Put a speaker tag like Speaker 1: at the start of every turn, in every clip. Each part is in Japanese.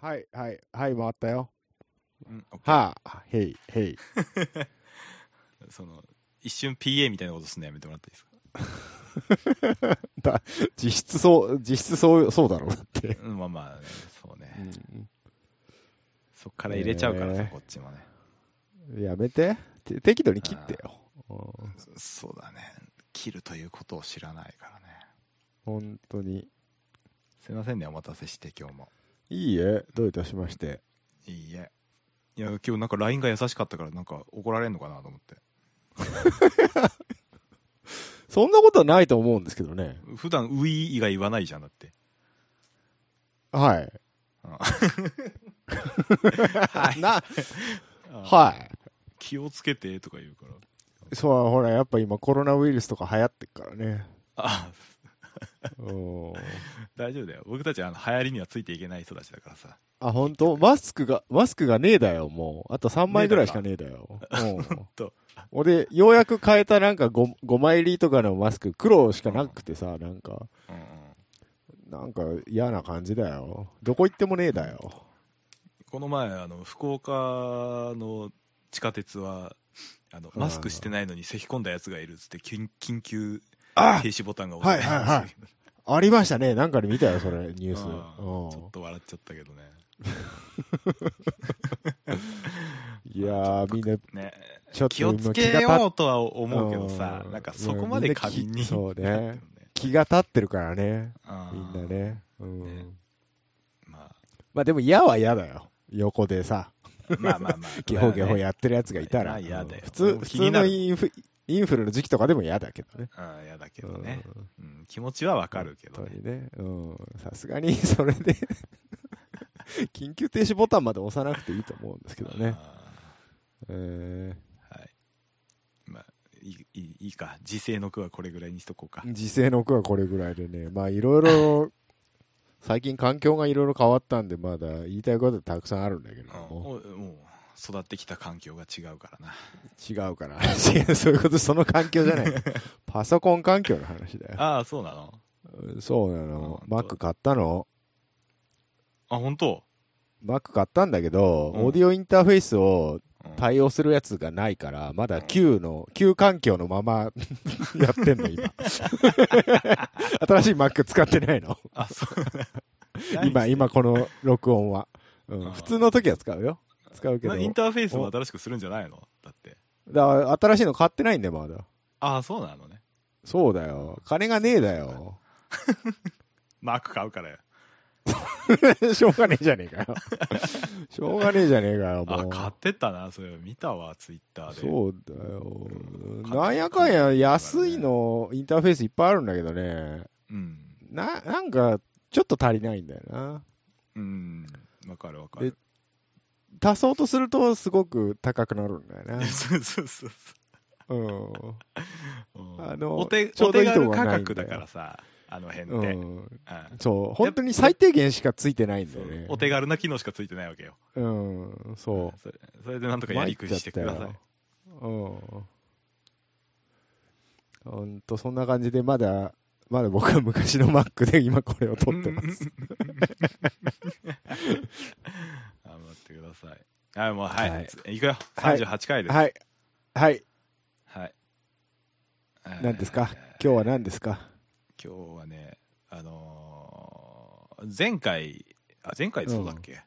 Speaker 1: はい、はい、はい、回ったよ。
Speaker 2: うん、オッケー
Speaker 1: はあ、へい、へい。
Speaker 2: その、一瞬 PA みたいなことすんのやめてもらっていいですか
Speaker 1: だ実質そう、実質そう、そうだろう、だって。
Speaker 2: うんまあまあ、そうね。
Speaker 1: う
Speaker 2: そっから入れちゃうからさ、
Speaker 1: ねえ
Speaker 2: こっちもね。
Speaker 1: ん、やめてて適度に切ってよ。うん
Speaker 2: そうだね。切るということを知らないからね。
Speaker 1: 本当に。
Speaker 2: すいませんね、お待たせして、今日も。
Speaker 1: いいえ、どういたしまして。
Speaker 2: いいえ。いや、今日なんか LINE が優しかったから、なんか怒られんのかなと思って。
Speaker 1: そんなことはないと思うんですけどね。
Speaker 2: 普段ウィー以外言わないじゃん、だって。
Speaker 1: はい。
Speaker 2: はい
Speaker 1: な、
Speaker 2: い。
Speaker 1: は
Speaker 2: 気をつけてとか言うから。
Speaker 1: い。そう、ほら、やっぱ今コロナウイルスとか流行ってっからね。
Speaker 2: あ
Speaker 1: うん
Speaker 2: 大丈夫だよ。僕たちはあの流行りにはついていけない人たちだからさ。
Speaker 1: あ、本当マスクが、マスクがねえだよ、もう。あと3枚ぐらいしかねえだ よ。うん
Speaker 2: 当。
Speaker 1: 俺、ようやく変えたなんか 5, 5枚入りとかのマスク、黒しかなくてさ、なんか、
Speaker 2: うんうん。
Speaker 1: なんか嫌な感じだよ。どこ行ってもねえだよ。
Speaker 2: この前、あの、福岡の地下鉄は、あの、
Speaker 1: い
Speaker 2: マスクしてないのに咳込んだやつがいるっつって、緊緊急
Speaker 1: あ
Speaker 2: 停止ボタンが押され
Speaker 1: はいはいはい
Speaker 2: て
Speaker 1: ありましたね。なんかで見たよ、それ、ニュース。
Speaker 2: うんちょっ
Speaker 1: う
Speaker 2: と笑っちゃったけどね。
Speaker 1: ん。いやー、みんな、
Speaker 2: ね
Speaker 1: ちょっと
Speaker 2: 気をつけようとは思うけどさ
Speaker 1: う、ん
Speaker 2: なんかそこまで過敏に。
Speaker 1: そうね
Speaker 2: なってる ね。
Speaker 1: 気が立ってるからね。
Speaker 2: あー
Speaker 1: みんな。ね。うん。
Speaker 2: ねま
Speaker 1: まあでも嫌は嫌だよ。横でさ、
Speaker 2: あまあまあまあ。
Speaker 1: ゲホゲホ
Speaker 2: や。
Speaker 1: やってるやつがいたら。
Speaker 2: まあ嫌だよ
Speaker 1: 普
Speaker 2: 俺
Speaker 1: 通、
Speaker 2: も
Speaker 1: 普
Speaker 2: 気
Speaker 1: 通
Speaker 2: にな
Speaker 1: の
Speaker 2: る
Speaker 1: インフインフルの時期とかでも嫌だけどね。
Speaker 2: うん、嫌だけどね。
Speaker 1: うん
Speaker 2: うん気持ちはわかるけど
Speaker 1: 本当
Speaker 2: ね。
Speaker 1: にね。うん。さすがに、 それで、緊急停止ボタンまで押さなくていいと思うんですけどね。
Speaker 2: あ
Speaker 1: え
Speaker 2: ーはい。まあ、いいいいいいか。時勢の句はこれぐらいにしとこうか。
Speaker 1: ー、時勢の句はこれぐらいでね。まあ、いろい ろ、最近環境がいろいろ変わったんで、まだ言いたいことたくさんあるんだけど
Speaker 2: うん
Speaker 1: も、
Speaker 2: おもう、育ってきた環境が違うからな。
Speaker 1: 違うから。 違うそういうこと、その環境じゃ ない。パソコン環境の話だよ。
Speaker 2: ああ、そうな の
Speaker 1: うんそうなの。
Speaker 2: うん
Speaker 1: Mac 買ったの。
Speaker 2: あ、本当
Speaker 1: Mac 買ったんだけど、
Speaker 2: うん
Speaker 1: オーディオインターフェースを
Speaker 2: うん
Speaker 1: 対応するやつがないから、まだ旧の、旧環境のまま やってんの、 今。新しい Mac 使ってないの。
Speaker 2: あ、そう
Speaker 1: 今、今この録音は。う
Speaker 2: あー
Speaker 1: ん、普通の時は使うよ。使うけど。
Speaker 2: なイン
Speaker 1: だ
Speaker 2: ターフェースも新しくするんじゃないのだって
Speaker 1: から新しいの買ってないんだよ、まだ。
Speaker 2: ああそうなのね
Speaker 1: そうだよ。金がねえだ よ。
Speaker 2: マーク買うからよ
Speaker 1: しょうがねえじゃねえか よ。しょうがねえじゃねえかよ、も
Speaker 2: あ
Speaker 1: う。
Speaker 2: 買ってたなそれ見たわツイッターで
Speaker 1: そうだよ
Speaker 2: うん。
Speaker 1: なんやかんや安いのインターフェースいっぱいあるんだけどね。
Speaker 2: うん
Speaker 1: な、なんかちょっと足りないんだよな。
Speaker 2: うんわかるわかる
Speaker 1: 足そうとするとすごく高くなるんだよ な。
Speaker 2: そうそうそう
Speaker 1: うん。
Speaker 2: そう、うん
Speaker 1: あの
Speaker 2: お手
Speaker 1: ちょ
Speaker 2: お
Speaker 1: うどい
Speaker 2: 手
Speaker 1: いと
Speaker 2: 軽
Speaker 1: こが
Speaker 2: 価
Speaker 1: ないんだよ
Speaker 2: 格だからさあの辺
Speaker 1: う
Speaker 2: って、うん
Speaker 1: ん。そう。本当に最低限しかついてないんだ
Speaker 2: そ
Speaker 1: よ
Speaker 2: う
Speaker 1: ね。
Speaker 2: お手軽な機能しかついてないわけよ
Speaker 1: うん。そ
Speaker 2: それそれでなんと
Speaker 1: う。
Speaker 2: かやりくりしてくだ
Speaker 1: 参
Speaker 2: さ
Speaker 1: っち
Speaker 2: い
Speaker 1: ゃったようん。ほんとそんな感じでまだ、まだ僕は昔の Mac で今これを撮ってます。
Speaker 2: 頑張ってくださいあもうはい、
Speaker 1: はい
Speaker 2: い、行くよ
Speaker 1: はい
Speaker 2: 38回です
Speaker 1: はい。はい。
Speaker 2: はい。
Speaker 1: 何ですか
Speaker 2: えー
Speaker 1: 今日は何ですか
Speaker 2: 今日はね、あのー前回、あ、前回そうだっけ、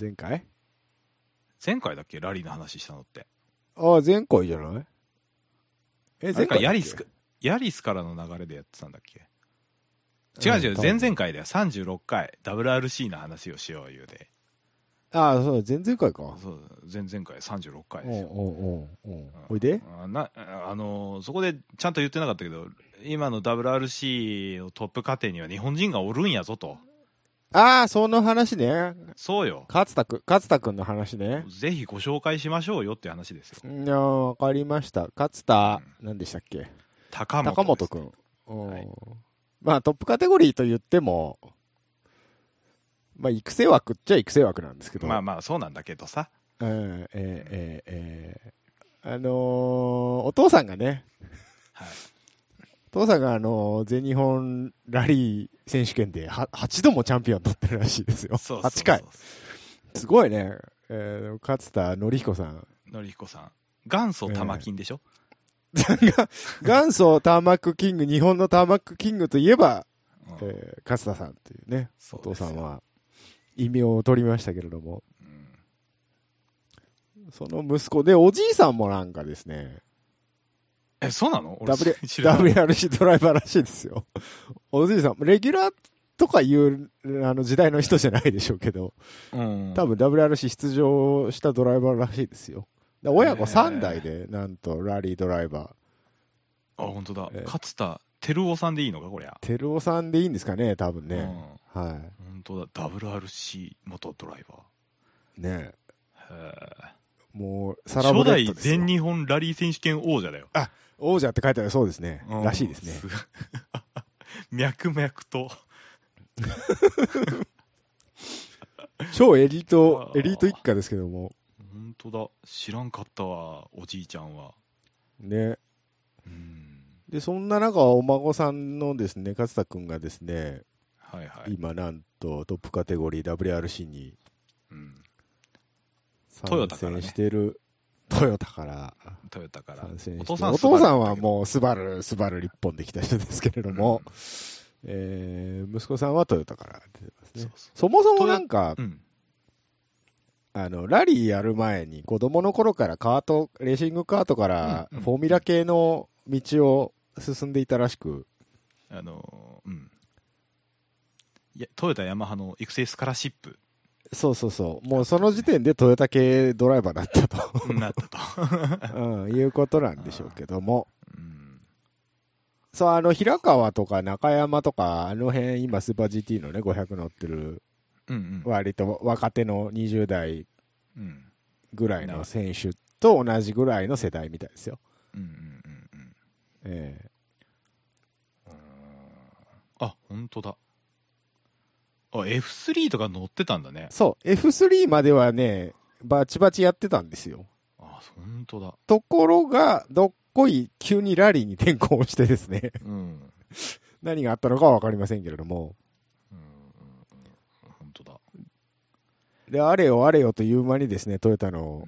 Speaker 1: 前回
Speaker 2: 前回だっけラリーの話したのって。
Speaker 1: ああ、前回じゃないえ、
Speaker 2: 前
Speaker 1: 前
Speaker 2: 回
Speaker 1: 回
Speaker 2: ヤリスか
Speaker 1: か。
Speaker 2: ヤリスからの流れでやってたんだっけ違う違う、
Speaker 1: うん
Speaker 2: 前々回だよ。36回、WRC の話をしよう言うで。
Speaker 1: ああ、そう、前々回か。
Speaker 2: そう、前々回36回
Speaker 1: うんう
Speaker 2: で
Speaker 1: ん
Speaker 2: すよ。
Speaker 1: うんうん
Speaker 2: うん。
Speaker 1: おいで
Speaker 2: あなあのーそこでちゃんと言ってなかったけど、今の WRC のトップ家庭には日本人がおるんやぞと。
Speaker 1: ああ、その話ね。
Speaker 2: そうよ。
Speaker 1: 勝田くん、勝田くんの話ね。
Speaker 2: ぜひご紹介しましょうよって話ですよ。
Speaker 1: いやーわかりました。勝田、何でしたっけ
Speaker 2: 高本です
Speaker 1: 高本くん。うん
Speaker 2: はい
Speaker 1: まあ、トップカテゴリーと言っても、まあ、育成枠っちゃ育成枠なんですけど。
Speaker 2: まあまあそうなんだけどさ。
Speaker 1: うん、えーえーえーあのーお父さんがね、
Speaker 2: はい
Speaker 1: 父さんがあの全日本ラリー選手権では8度もチャンピオン取ってるらしいですよ。
Speaker 2: そうそうそう
Speaker 1: 8回。すごいね。えー、勝田紀彦さん。
Speaker 2: のりひこさん。元祖玉金でしょ、
Speaker 1: 元祖ターマックキング、日本のターマックキングといえば、
Speaker 2: うん
Speaker 1: えー勝田さんっていうね、
Speaker 2: そ
Speaker 1: お
Speaker 2: うで
Speaker 1: 父
Speaker 2: すよ
Speaker 1: さんは異名を取りましたけれども、
Speaker 2: うん
Speaker 1: その息子で、おじいさんもなんかですね、
Speaker 2: え、そうなの俺
Speaker 1: W
Speaker 2: 知らない
Speaker 1: WRC ドライバーらしいですよ。おじいさん、レギュラーとかいうあの時代の人じゃないでしょうけど、
Speaker 2: うん。
Speaker 1: 多分 WRC 出場したドライバーらしいですよ。で親子
Speaker 2: へー
Speaker 1: 3代で、なんとラリードライバー。
Speaker 2: あ、本当だ
Speaker 1: え。ー
Speaker 2: 勝田照夫さんでいいのか、こりゃ。
Speaker 1: 照夫さんでいいんですかね、多分
Speaker 2: うん
Speaker 1: ね。。は
Speaker 2: 本当だ。WRC 元ドライバ
Speaker 1: い。ねえ
Speaker 2: ー。へー
Speaker 1: もう、サラブ
Speaker 2: 初
Speaker 1: レッ
Speaker 2: 代
Speaker 1: ドですよ
Speaker 2: 全日本ラリー選手権王者だよ。
Speaker 1: 王者って書いてあるそうですね。
Speaker 2: うん
Speaker 1: らしいですね。。
Speaker 2: ご 脈々と。
Speaker 1: 超エリート、
Speaker 2: あー
Speaker 1: エリート一家ですけども。
Speaker 2: 本当だ。知らんかったわ、おじいちゃんは。
Speaker 1: ね。
Speaker 2: うん。
Speaker 1: で、そんな中、お孫さんのですね、勝田くんがですね、
Speaker 2: はいはい。
Speaker 1: 今なんとトップカテゴリー WRC に
Speaker 2: うん。トヨ
Speaker 1: 参
Speaker 2: タからね
Speaker 1: 戦してる、トヨタから
Speaker 2: トヨタから。
Speaker 1: 参戦
Speaker 2: お
Speaker 1: して
Speaker 2: 父さん
Speaker 1: お父さんはもう、スバル、スバル一本で来た人ですけれども、えー息子さんはトヨタから出てます
Speaker 2: そ
Speaker 1: ね。そ
Speaker 2: うそ
Speaker 1: もそもなんか
Speaker 2: う。う、ん。
Speaker 1: あの、ラリーやる前に子供の頃からカート、レーシングカートから
Speaker 2: う
Speaker 1: フ
Speaker 2: んうん
Speaker 1: ォーミュラ系の道を進んでいたらしく、
Speaker 2: あのーうんいやトヨタヤマハの育成スカラシップ
Speaker 1: そうそうそう、もうその時点でトヨタ系ドライバーだったと、
Speaker 2: に なったと、
Speaker 1: うん、いうことなんでしょうけども、
Speaker 2: うん、
Speaker 1: そう、あの、平川とか中山とか、あの辺、今スーパー GT のね、500乗ってる、
Speaker 2: うんうん
Speaker 1: 割と若手の20代
Speaker 2: うん
Speaker 1: ぐらいの選手と同じぐらいの世代みたいですよ。
Speaker 2: うんうんうんうん
Speaker 1: ええ
Speaker 2: あ本当だあ F3 とか乗ってたんだね
Speaker 1: そう、F3 まではね、バチバチやってたんですよ。
Speaker 2: あ本当だ
Speaker 1: ところが、どっこい急にラリーに転向してですね、
Speaker 2: うんうん
Speaker 1: 何があったのかは分かりませんけれども、
Speaker 2: うんうん本当だ、
Speaker 1: で、あれよあれよという間にですね、トヨタの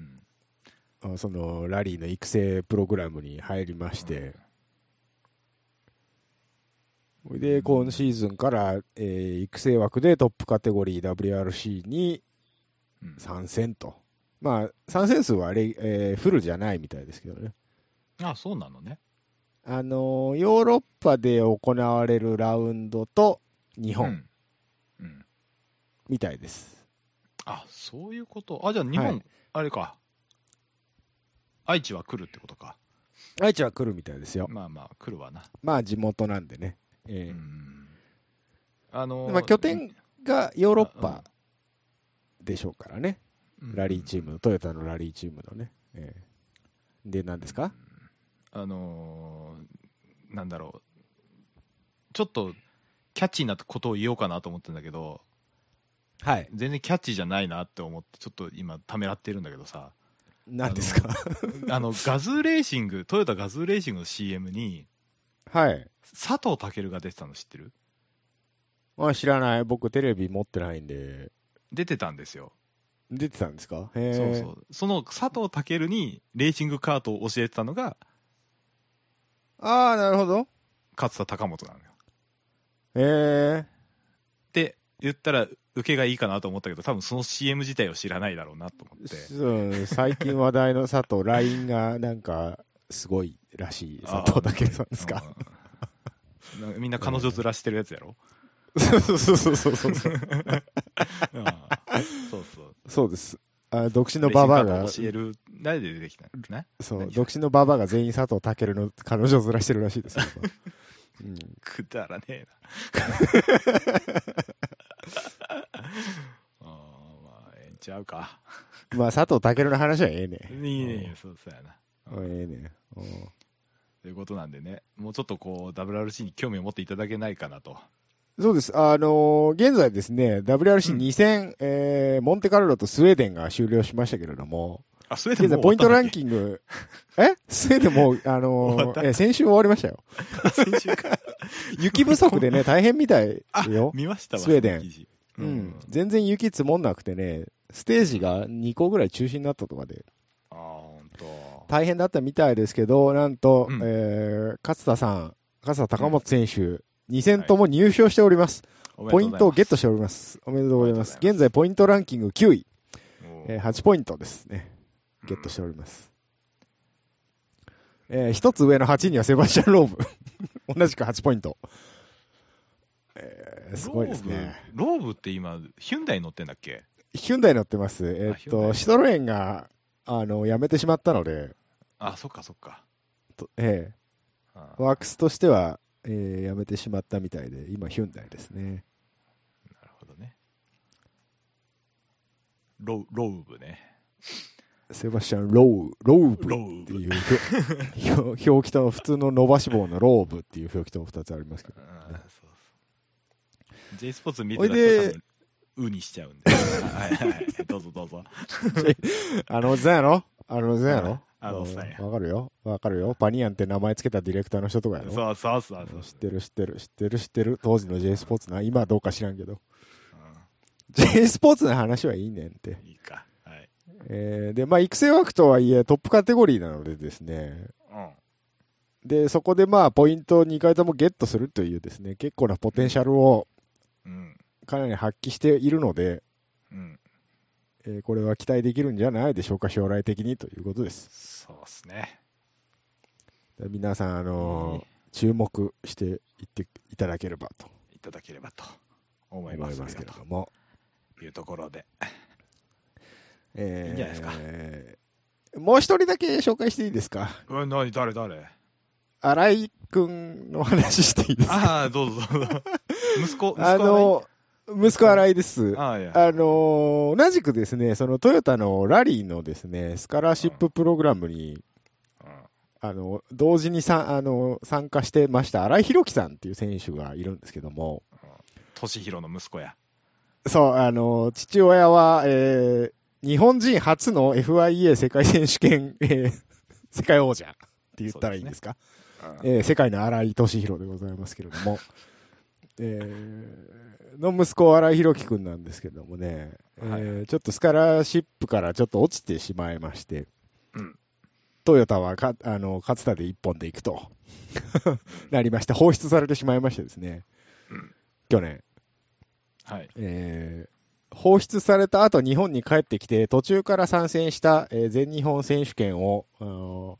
Speaker 2: う、ん、
Speaker 1: あその、ラリーの育成プログラムに入りまして、それで、今シーズンから、えー育成枠でトップカテゴリー WRC に
Speaker 2: うん
Speaker 1: 参戦と。まあ、参戦数はあれ、えーフルじゃないみたいですけどね。
Speaker 2: あそうなのね
Speaker 1: あのーヨーロッパで行われるラウンドと日
Speaker 2: う
Speaker 1: 本
Speaker 2: ん、うん、
Speaker 1: みたいです。
Speaker 2: あそういうことあじゃあ日本、
Speaker 1: は
Speaker 2: あれか愛知は来るってことか
Speaker 1: 愛知は来るみたいですよ。
Speaker 2: まあまあ来るわな
Speaker 1: まあ地元なんでね。えー
Speaker 2: うんあのー
Speaker 1: まあ、拠点がヨーロッパでしょうからね、
Speaker 2: うん
Speaker 1: ラリーチームの、トヨタのラリーチームのね。えーで、何ですか
Speaker 2: あのーなんだろうちょっとキャッチーなことを言おうかなと思ってんだけど
Speaker 1: はい。
Speaker 2: 全然キャッチーじゃないなって思ってちょっと今ためらってるんだけどさ
Speaker 1: 何ですか
Speaker 2: あのガズーレーシングトヨタガズーレーシングの CM に
Speaker 1: はい。
Speaker 2: 佐藤健が出てたの知ってる
Speaker 1: まあ知らない。僕テレビ持ってないんで。
Speaker 2: 出てたんですよ、
Speaker 1: 出てたんですかへ
Speaker 2: そう
Speaker 1: え。
Speaker 2: そうその佐藤健にレーシングカートを教えてたのが
Speaker 1: ああ、なるほど。
Speaker 2: 勝田貴元なのよ
Speaker 1: へえ。
Speaker 2: って言ったら受けがいいかなと思ったけど多分その CM 自体を知らないだろうなと思って
Speaker 1: そう最近話題の佐 藤、LINE がなんかすごいらしい佐藤健さんですか。
Speaker 2: うんなんかみんな彼女ずらしてるやつやろ、
Speaker 1: そうそうそうそうそうそう。
Speaker 2: うんそうそう
Speaker 1: そうです。あ独 身のババアが
Speaker 2: レシングカード教える誰で出てきたんだっけな
Speaker 1: そ
Speaker 2: 何
Speaker 1: う、
Speaker 2: が
Speaker 1: 独身のババアが全員佐藤健の彼女をずらしてるらしい ですよ。うん、
Speaker 2: くだらねえな あーまあええんちゃうか
Speaker 1: まあ、佐藤健の話はええね
Speaker 2: い。いねそうそうやな
Speaker 1: うんうんええね。うん
Speaker 2: ということなんでねもうちょっとこう WRC に興味を持っていただけないかなと
Speaker 1: そうです。あのー現在ですね、WRC2000、えーモンテカルロとスウェーデンが終了しましたけれども、
Speaker 2: あ、スウェーデ
Speaker 1: 現
Speaker 2: ンも
Speaker 1: 在
Speaker 2: う
Speaker 1: ポイントラン
Speaker 2: ン
Speaker 1: キング、えスウェーデンもう、あ
Speaker 2: 終わ
Speaker 1: の
Speaker 2: った
Speaker 1: ーえ先週終わりましたよ。
Speaker 2: グ。先週か。
Speaker 1: 雪不足でね、大変みたい
Speaker 2: あ
Speaker 1: よ、。
Speaker 2: 見ましたわ。
Speaker 1: スウェーデン
Speaker 2: 記事。
Speaker 1: う
Speaker 2: うんん。
Speaker 1: 全然雪積もんなくてね、ステージが2個ぐらい中止になったとかで、
Speaker 2: ああ、ほんと。
Speaker 1: 大変だったみたいですけど、なんと、
Speaker 2: うん
Speaker 1: えー勝田さん、勝田高本選手、2戦とも入賞しております。ポイントをゲットしております。おめでとうございます。
Speaker 2: おめ
Speaker 1: 現
Speaker 2: でとうございます
Speaker 1: 在、ポイントランキング9位、えー
Speaker 2: え
Speaker 1: 8ポイントですね。ゲットしております。えー一つ上の8位にはセバスチャン・ローブ。 同じく8ポイント。えーすごいですね。
Speaker 2: ローブローブって今、ヒュンダイ乗ってんだっけ
Speaker 1: ヒュンダイ乗ってます。えーっ
Speaker 2: ヒュンダ
Speaker 1: と、
Speaker 2: イ
Speaker 1: シトロエンが、あの、辞めてしまったので、
Speaker 2: あ、そっかそっか。
Speaker 1: とえ
Speaker 2: あ
Speaker 1: ー
Speaker 2: ー
Speaker 1: ワークスとしては、えー辞めてしまったみたいで、今、ヒュンダイですね。
Speaker 2: なるほどね。ロウローブね。
Speaker 1: セバスチャン・ロー、ローブ。
Speaker 2: ロ
Speaker 1: っ
Speaker 2: ー
Speaker 1: て
Speaker 2: ブ。
Speaker 1: いうひょ 表表記と普通の伸ばし棒のローブっていう表記と2つありますけど
Speaker 2: あーそうそう。J スポーツ見
Speaker 1: お
Speaker 2: て
Speaker 1: い
Speaker 2: た
Speaker 1: で
Speaker 2: 人多分うにしちゃうんで。はいはい。どうぞどうぞ。
Speaker 1: あのおっさんやろあのおっさんやろ
Speaker 2: あのおっさんや
Speaker 1: うわかるよわかるよパニヤンって名前つけたディレクターの人とかやろ
Speaker 2: そうそうそうそう
Speaker 1: 知ってる知ってる知ってる知ってる当時の J スポーツな今はどうか知らんけど J スポーツの話はいいねんって
Speaker 2: うん。いいか。はい。
Speaker 1: えーでまあ育成枠とはいえトップカテゴリーなのでですね
Speaker 2: うん。
Speaker 1: でそこでまあポイントを2回ともゲットするというですね結構なポテンシャルを
Speaker 2: うん。
Speaker 1: かなり発揮しているので
Speaker 2: うん。
Speaker 1: えーこれは期待できるんじゃないでしょうか、将来的にということです。
Speaker 2: そうっすね。
Speaker 1: 皆さん、あのー注目していっていただければと
Speaker 2: いただければと
Speaker 1: 思
Speaker 2: 思
Speaker 1: い
Speaker 2: い
Speaker 1: ま
Speaker 2: ます
Speaker 1: すけ
Speaker 2: け
Speaker 1: れ
Speaker 2: ど
Speaker 1: ども、
Speaker 2: というところで。
Speaker 1: えー
Speaker 2: いいんじゃないですか
Speaker 1: もう一人だけ紹介していいですか、
Speaker 2: うわ、何、誰、誰
Speaker 1: 新井君の話していいですか、
Speaker 2: ああ、どうぞどうぞ。息子、息子
Speaker 1: あのー息子、新井です。
Speaker 2: ああ、いや。
Speaker 1: あのー同じくですね、そのトヨタのラリーのですね、スカラーシッププログラムに、
Speaker 2: うん
Speaker 1: あの、同時にさ、あの、参加してました、新井弘樹さんっていう選手がいるんですけども、
Speaker 2: 俊弘の息子や。
Speaker 1: そう、あの、父親は、えー日本人初の FIA 世界選手権、えー世界王者って言ったらいいんですか
Speaker 2: うん
Speaker 1: えー世界の荒井俊弘でございますけれども、 えーの息子、荒井弘樹くんなんですけどもね、えー
Speaker 2: はい
Speaker 1: ちょっとスカラシップからちょっと落ちてしまいまして、
Speaker 2: うん
Speaker 1: トヨタはかあの勝田で一本で行くと なりまして、放出されてしまいましてですね、
Speaker 2: うん
Speaker 1: 去年、
Speaker 2: はい。
Speaker 1: えー放出された後日本に帰ってきて途中から参戦した、えー全日本選手権を、あの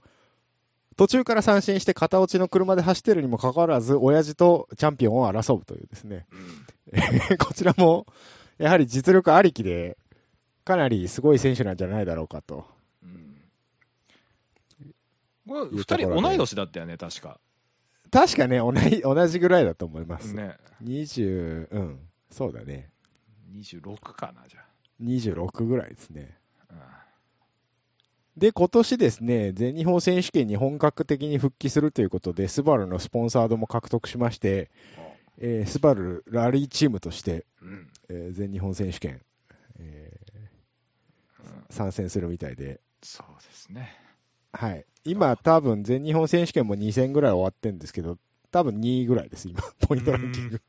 Speaker 1: ー途中から参戦して片落ちの車で走ってるにもかかわらず親父とチャンピオンを争うというですね
Speaker 2: うん
Speaker 1: こちらもやはり実力ありきでかなりすごい選手なんじゃないだろうかと
Speaker 2: うん
Speaker 1: いうところで
Speaker 2: これ二人同い年だったよね、確か。
Speaker 1: 確かね同じ同じぐらいだと思います、
Speaker 2: ね。
Speaker 1: 20うんそうだね
Speaker 2: 26かな、じゃ
Speaker 1: 26ぐらいですね
Speaker 2: あ。
Speaker 1: で、今年ですね、全日本選手権に本格的に復帰するということで、スバルのスポンサードも獲得しまして、えースバルラリーチームとして、
Speaker 2: うんうん。
Speaker 1: えー全日本選手権、え
Speaker 2: うん
Speaker 1: ー参戦するみたいで、
Speaker 2: そうですね。
Speaker 1: はい。今、多分全日本選手権も2戦ぐらい終わってるんですけど、多分2位ぐらいです、今、 ポイントランキング。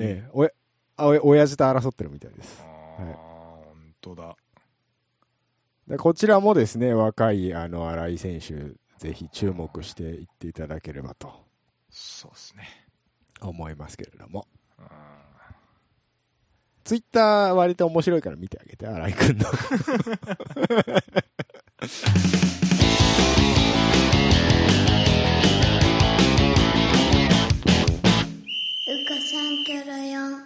Speaker 1: えーおや、あおや親父と争ってるみたいです
Speaker 2: あ。
Speaker 1: はい
Speaker 2: あ、本当だ。
Speaker 1: でこちらもですね、若い、あの、新井選手、ぜひ注目していっていただければと
Speaker 2: そうですね。
Speaker 1: 思いますけれども。
Speaker 2: うん
Speaker 1: ツイッター割と面白いから見てあげて、新井くん の。
Speaker 3: うかさんキャラよん。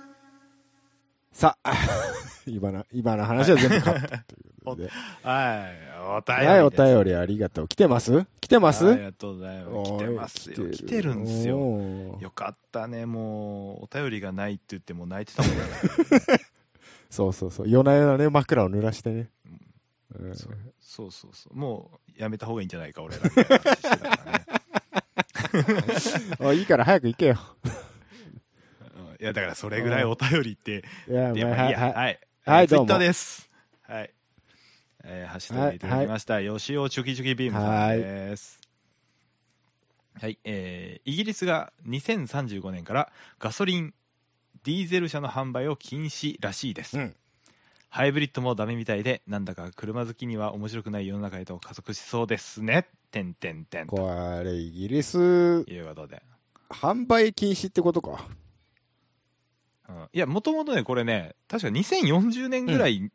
Speaker 1: さあ、 今の、今の話は全部カットということで。
Speaker 2: はい、
Speaker 1: はい、
Speaker 2: お
Speaker 1: お
Speaker 2: 便りです。
Speaker 1: 便りありがとう。来てます来てます
Speaker 2: ありがとうございます。来てますよ。
Speaker 1: おい
Speaker 2: 来てるんですよ。
Speaker 1: おー
Speaker 2: よかったね、もう、お便りがないって言っても泣い てたもんね。
Speaker 1: そうそうそう。夜な夜なね、枕を濡らしてね。うん
Speaker 2: そうそうそうそう。もう、やめた方がいいんじゃないか、俺らみたいな話してたからね。
Speaker 1: おいいいから早く行 けよ。
Speaker 2: うんいや、だからそれぐらいお便りって、
Speaker 1: いや、
Speaker 2: やっぱいい
Speaker 1: まあ
Speaker 2: や。
Speaker 1: は
Speaker 2: はい。
Speaker 1: はい
Speaker 2: ツイ
Speaker 1: どうも
Speaker 2: ッターです。はい。えー、ハッシュタグでいただきました、吉尾チョキチョキビームさんです。はい、えーイギリスが2035年からガソリン、ディーゼル車の販売を禁止らしいです。
Speaker 1: うん
Speaker 2: ハイブリッドもダメみたいで、なんだか車好きには面白くない世の中へと加速しそうですね。てんてんてんと
Speaker 1: これ、イギリス、
Speaker 2: いうことで。
Speaker 1: 販売禁止ってことか。
Speaker 2: うんいや、もともとね、これね、確か2040年ぐらい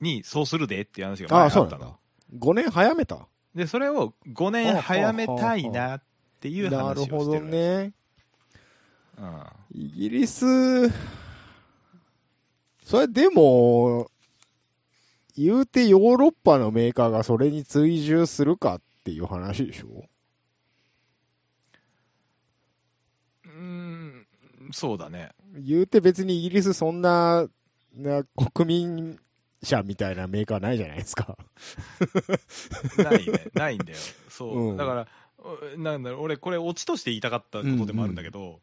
Speaker 2: にそうするでっていう話が前
Speaker 1: あ
Speaker 2: あ
Speaker 1: あ、そう
Speaker 2: っ
Speaker 1: な
Speaker 2: た
Speaker 1: ん
Speaker 2: の。
Speaker 1: だ。5年早めた。
Speaker 2: で、それを5年早めたいなっていう
Speaker 1: な
Speaker 2: 話を
Speaker 1: る
Speaker 2: してる。
Speaker 1: ほど。ね。
Speaker 2: うん。
Speaker 1: イギリス、それでも、言うてヨーロッパのメーカーがそれに追従するかっていう話でしょ
Speaker 2: うーん、そうだね。
Speaker 1: 言うて別にイギリスそんな、な国民車みたいなメーカーないじゃないですか。
Speaker 2: ないね。 ないんだよ。そう。
Speaker 1: うん
Speaker 2: だから、おなんだろう、俺、これ、オチとして言いたかったことでもあるんだけど、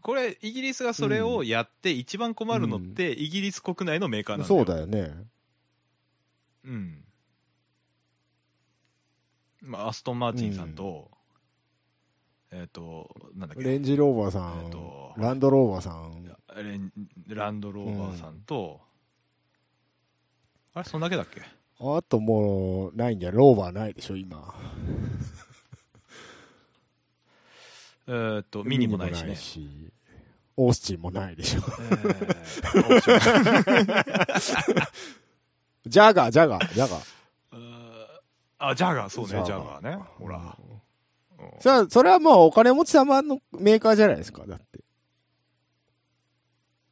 Speaker 2: これ、イギリスがそれをやって、一番困るのって、イギリス国内のメーカーなんだよ。
Speaker 1: そうだよね。
Speaker 2: うん。まあ、アストン・マーチンさんと、えっ、と、なんだっけ、
Speaker 1: レンジローバーさ
Speaker 2: えっ
Speaker 1: ん、
Speaker 2: と
Speaker 1: ランドローバーさん、
Speaker 2: レンランドローバーさんと、あれ、そんだけだっけ
Speaker 1: あともうないんじゃ、ローバーないでしょ、今。
Speaker 2: えっ、と、ミニもないしね。
Speaker 1: しオースチンもないでしょ。
Speaker 2: えーオプション
Speaker 1: ジャガー、ジャガー、ジャガー。
Speaker 2: うー あ、ジャガー、そうね、ジャ
Speaker 1: ジャ
Speaker 2: ガ
Speaker 1: ガー
Speaker 2: ーね。ほら。うん
Speaker 1: それは、それはまあお金持ち様のメーカーじゃないですか、だって。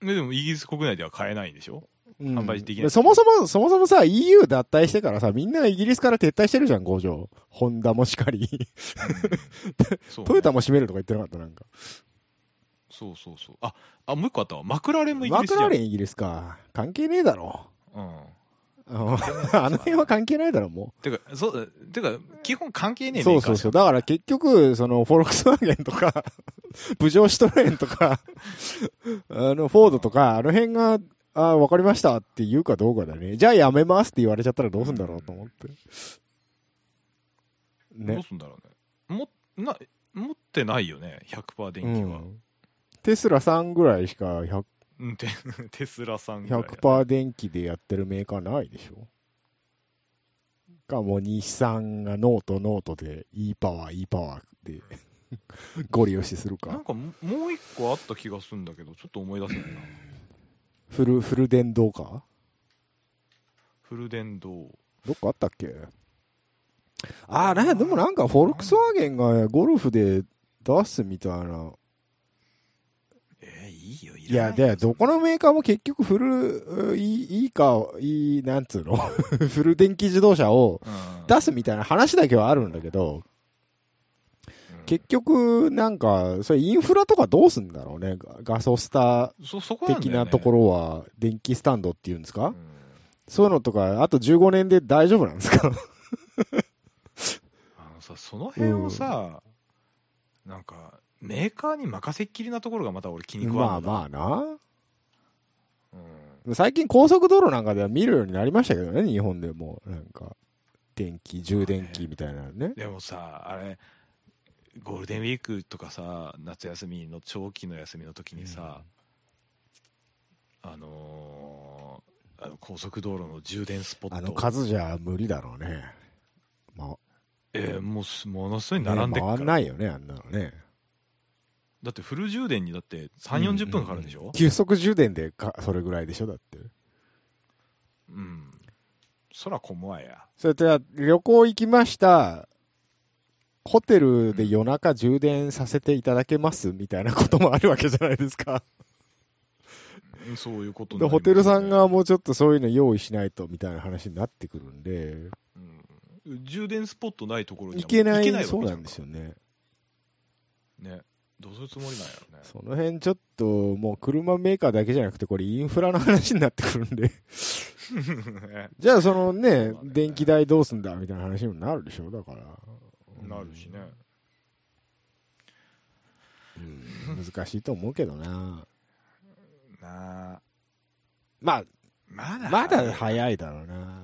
Speaker 2: ででも、イギリス国内では買えないんでしょ
Speaker 1: うん
Speaker 2: 販売できない
Speaker 1: そもそも、そもそもさ、EU 脱退してからさ、みんなイギリスから撤退してるじゃん、工場。ホンダもしかり。
Speaker 2: そうね
Speaker 1: トヨタも閉めるとか言ってなかった、なんか。
Speaker 2: そうそうそう。あ、あもう一個あったわ。マクラーレンもイギ
Speaker 1: マ
Speaker 2: リス
Speaker 1: ク
Speaker 2: じゃん。
Speaker 1: ラーレンイギリスか。関係ねえだろ。
Speaker 2: うん。
Speaker 1: あのあの辺は関係ないだろ、も
Speaker 2: てか、そう、てか、基本関係ね
Speaker 1: う。
Speaker 2: え
Speaker 1: そ
Speaker 2: メ
Speaker 1: う
Speaker 2: ーカ
Speaker 1: そ
Speaker 2: ー
Speaker 1: う
Speaker 2: しか
Speaker 1: そう。だから結局、その、フォルクスワーゲンと か、プジョーシュトレーンとか、あの、フォードとか、あの辺が、あわかりましたって言うかどうかだね。じゃあやめますって言われちゃったらどうすんだろうと思って。
Speaker 2: どう
Speaker 1: ね。
Speaker 2: すんだろうね。も、な、持ってないよね、100%電
Speaker 1: う
Speaker 2: 気は。
Speaker 1: ん。テスラさんぐらいしか100
Speaker 2: うん、テ テスラさんぐらいだ
Speaker 1: 100%電気でやってるメーカーないでしょかもう日産がノートノートで e パワー e パワー ってゴリ押しする
Speaker 2: な
Speaker 1: か
Speaker 2: んかももう一個あった気がするんだけど、ちょっと思い出せないな。
Speaker 1: フルフル電動か
Speaker 2: フル電動。
Speaker 1: どっかあったっけああなんやでもなんかフォルクスワーゲンがゴルフで出すみたいな
Speaker 2: えー、いいよ、い
Speaker 1: いや
Speaker 2: らないよ
Speaker 1: でどこのメーカーも結局フルういいいいかいいなんつうの フル電気自動車を
Speaker 2: うん
Speaker 1: 出すみたいな話だけはあるんだけど
Speaker 2: うん
Speaker 1: 結局、なんか、それインフラとかどうすんだろうね。ガガソスタ
Speaker 2: そ、そこなんだよ
Speaker 1: 的
Speaker 2: ね
Speaker 1: なところは、電気スタンドっていうんですか、
Speaker 2: うん
Speaker 1: そういうのとか、あと15年で大丈夫なんですか
Speaker 2: あのさ、その辺をさ、なんか、メーカーに任せっきりなところがまた俺気に食
Speaker 1: ま
Speaker 2: わ
Speaker 1: あ
Speaker 2: んの
Speaker 1: まあな。
Speaker 2: だうん
Speaker 1: 最近高速道路なんかでは見るようになりましたけどね、日本でも。なんか、電気、充電器みたいなのね。
Speaker 2: でもさあれゴールデンウィークとかさ夏休みの長期の休みの時にさ、あのーあの高速道路の充電スポ
Speaker 1: あ
Speaker 2: ッ
Speaker 1: の
Speaker 2: ト
Speaker 1: 数じゃ無理だろうね。ま
Speaker 2: えーもうすものすごい
Speaker 1: あ、
Speaker 2: 並んで
Speaker 1: ね
Speaker 2: っか
Speaker 1: 回
Speaker 2: ら
Speaker 1: んないよね、あんなのね。
Speaker 2: だってフル充電にだって3 4 0分かかるんでし
Speaker 1: うん
Speaker 2: ょ
Speaker 1: 急速充電でか、それぐらいでしょ、だって。
Speaker 2: うん、そらこもや
Speaker 1: それじゃあ旅行行きました。ホテルで夜中充電させていただけますみたいなこともあるわけじゃないですか。
Speaker 2: うんそういうことに
Speaker 1: で、
Speaker 2: なりま
Speaker 1: ホ
Speaker 2: すね
Speaker 1: テルさんがもうちょっとそういうの用意しないとみたいな話になってくるんで、
Speaker 2: うん充電スポットないところには
Speaker 1: 行けない、
Speaker 2: わけじゃ
Speaker 1: そうなんですよね。
Speaker 2: ねどうするつもりなんやろね
Speaker 1: その辺ちょっともう車メーカーだけじゃなくてこれインフラの話になってくるん で、じゃあその
Speaker 2: そう
Speaker 1: ね
Speaker 2: だね、
Speaker 1: 電気代どうすんだみたいな話にもなるでしょ、だから。
Speaker 2: なるしね、
Speaker 1: うん難しいと思うけどな。
Speaker 2: なあ
Speaker 1: まあ、
Speaker 2: まだ
Speaker 1: まだ早いだろうな。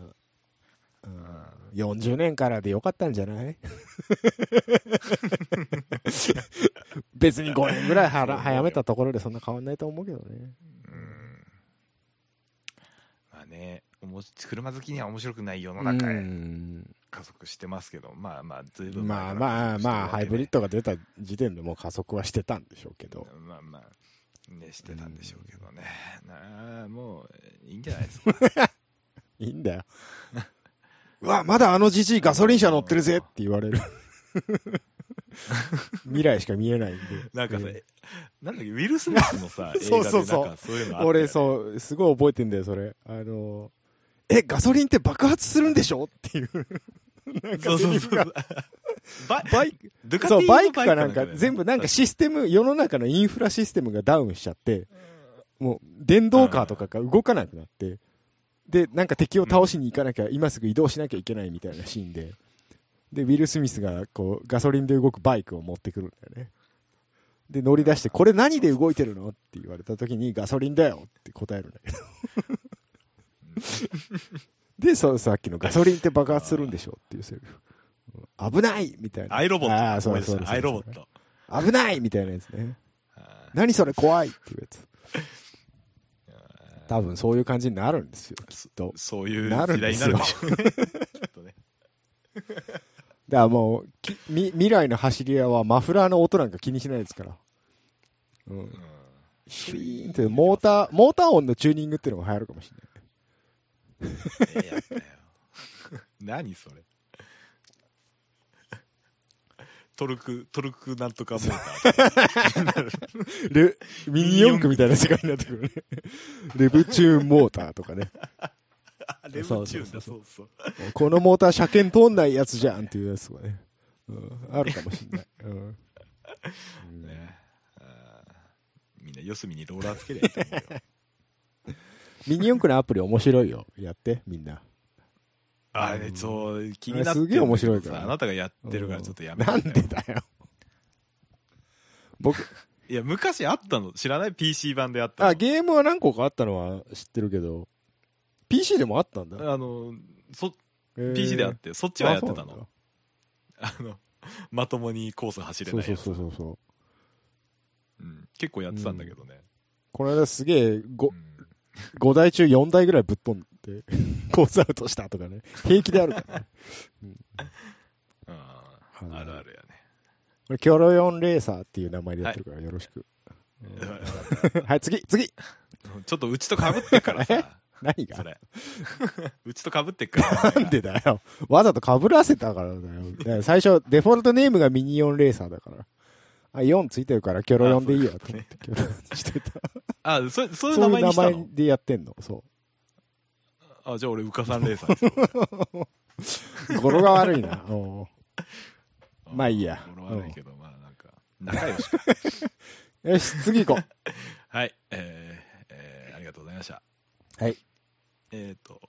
Speaker 1: うん40年からでよかったんじゃ ない別に5年ぐらいはら早めたところでそんな変わんないと思うけどね。
Speaker 2: うんまあねおも車好きには面白くない世の中
Speaker 1: う
Speaker 2: へ
Speaker 1: ん
Speaker 2: 加速してますけど、まあまあずいぶん
Speaker 1: まあ
Speaker 2: 前から
Speaker 1: まあまあ、ハイブリッ
Speaker 2: ド
Speaker 1: ドが出た時点でもう加速はしてたんでしょうけど。
Speaker 2: まあまあねしてたんでしょうけどね、なあもういいんじゃないですか
Speaker 1: いいんだよ。 うわ、まだあのじじいガソリン車乗ってるぜって言われ る。未来しか見えないんで。
Speaker 2: なんかさ、
Speaker 1: うん
Speaker 2: なんだっけウィル・スミスのさ 映
Speaker 1: そ
Speaker 2: 画
Speaker 1: う
Speaker 2: で
Speaker 1: そ
Speaker 2: な
Speaker 1: うん
Speaker 2: か
Speaker 1: そう
Speaker 2: そういうのあったよね
Speaker 1: 俺、そう、すごい覚えてんだよ、それ。あの、え、ガソリンって爆発するんでしょって いう。なん
Speaker 2: そ
Speaker 1: か
Speaker 2: う
Speaker 1: セ
Speaker 2: そう
Speaker 1: リ
Speaker 2: そ
Speaker 1: フが
Speaker 2: うバイ
Speaker 1: バイク、
Speaker 2: ドゥカテ
Speaker 1: そ
Speaker 2: ィの
Speaker 1: う、バイクかなんか、
Speaker 2: だよね
Speaker 1: 全部なんかシステム、世の中のインフラシステムがダウンしちゃって、もう、電動カーとかが動かなくなって、で、なんか敵を倒しに行かなきゃ、今すぐ移動しなきゃいけないみたいなシーンで、で、ウィル・スミスが、こう、ガソリンで動くバイクを持ってくるんだよね。で、乗り出して、これ何で動いてるのって言われた時に、ガソリンだよって答えるんだ けど。で、そうさっきのガソリンって爆発するんでしょっていうセリフ。うん危ないみたいな。
Speaker 2: アイロ
Speaker 1: あ
Speaker 2: ボッ
Speaker 1: ー
Speaker 2: ト
Speaker 1: そ
Speaker 2: 思
Speaker 1: う
Speaker 2: い出
Speaker 1: そう
Speaker 2: し
Speaker 1: です
Speaker 2: たアイロボット
Speaker 1: 危ないみたいなやつね。
Speaker 2: あー
Speaker 1: 何それ怖いっていうやつ。多分そういう感じになるんですよ、きっと。
Speaker 2: そういう
Speaker 1: なるんで
Speaker 2: 時代に
Speaker 1: す
Speaker 2: な
Speaker 1: よ
Speaker 2: るんでしょうね きっとね
Speaker 1: だからもうきみ、未来の走り屋はマフラーの音なんか気にしないですから。うん。シュイーンって、モーター、モーター音のチューニングっていうのが流行るかもしれない。
Speaker 2: ええやったよ何それトルクトルクなんとかモーターとか
Speaker 1: ル、ミニ四駆みたいな世界になってくる ね。レブチューンモーターとかね。
Speaker 2: あレブチューン
Speaker 1: そ
Speaker 2: だそうそう
Speaker 1: このモーター車検通んないやつじゃんっていうやつとかね。うん。あるかもしれない。うん。
Speaker 2: ねあーみんな四隅にローラーつけりゃいいと 思うよ
Speaker 1: ミニ四駆のアプリ面白いよ。やって、みんな。
Speaker 2: あれそう気になって
Speaker 1: すげえ面白いから
Speaker 2: さあなたがやってるからちょっとやめ
Speaker 1: な
Speaker 2: た
Speaker 1: んでだよ。僕、
Speaker 2: いや昔あったの知らない PC 版であったの
Speaker 1: あ、ゲームは何個かあったのは知ってるけど、PC でもあったんだ。
Speaker 2: あのそ
Speaker 1: へー
Speaker 2: PC であってそっちはやってた
Speaker 1: あそうなん
Speaker 2: の
Speaker 1: だ
Speaker 2: あのまともにコース走れ
Speaker 1: そ
Speaker 2: な
Speaker 1: う
Speaker 2: いやつ
Speaker 1: そうそうそうそう。
Speaker 2: うん結構やってたんだけどね、
Speaker 1: この間すげえ 5,
Speaker 2: うん
Speaker 1: 5台中4台ぐらいぶっ飛んで、 コースアウトしたとかね。平気であるからね。
Speaker 2: あ
Speaker 1: はい
Speaker 2: ーあるあるやね
Speaker 1: これキョロヨンレーサーっていう名前でやってるからよろしく。 はい、次次
Speaker 2: ちょっとうちとかぶってっからさ、
Speaker 1: 何
Speaker 2: そ
Speaker 1: が
Speaker 2: れ。 うちとかぶってっから。
Speaker 1: なんでだよ。わざと被らせたからだよ。だから最初、デフォルトネームがミニオンレーサーだから。あ、4ついてるから、キョロ4でいいやと思って、キョロ4して た。
Speaker 2: あ、そそういう
Speaker 1: そ
Speaker 2: 名
Speaker 1: ういう
Speaker 2: 前
Speaker 1: 名
Speaker 2: にした
Speaker 1: 前
Speaker 2: の
Speaker 1: でやってんの。そ
Speaker 2: あ、じゃあ俺、うかさんレーサーですよ。
Speaker 1: う。語呂が悪い な。うんまあいいや
Speaker 2: 俺は悪いけど、まあなんか、仲良しか。
Speaker 1: よし、次行こ
Speaker 2: はい、えーえーありがとうございました。
Speaker 1: う。はい。
Speaker 2: えっ、と、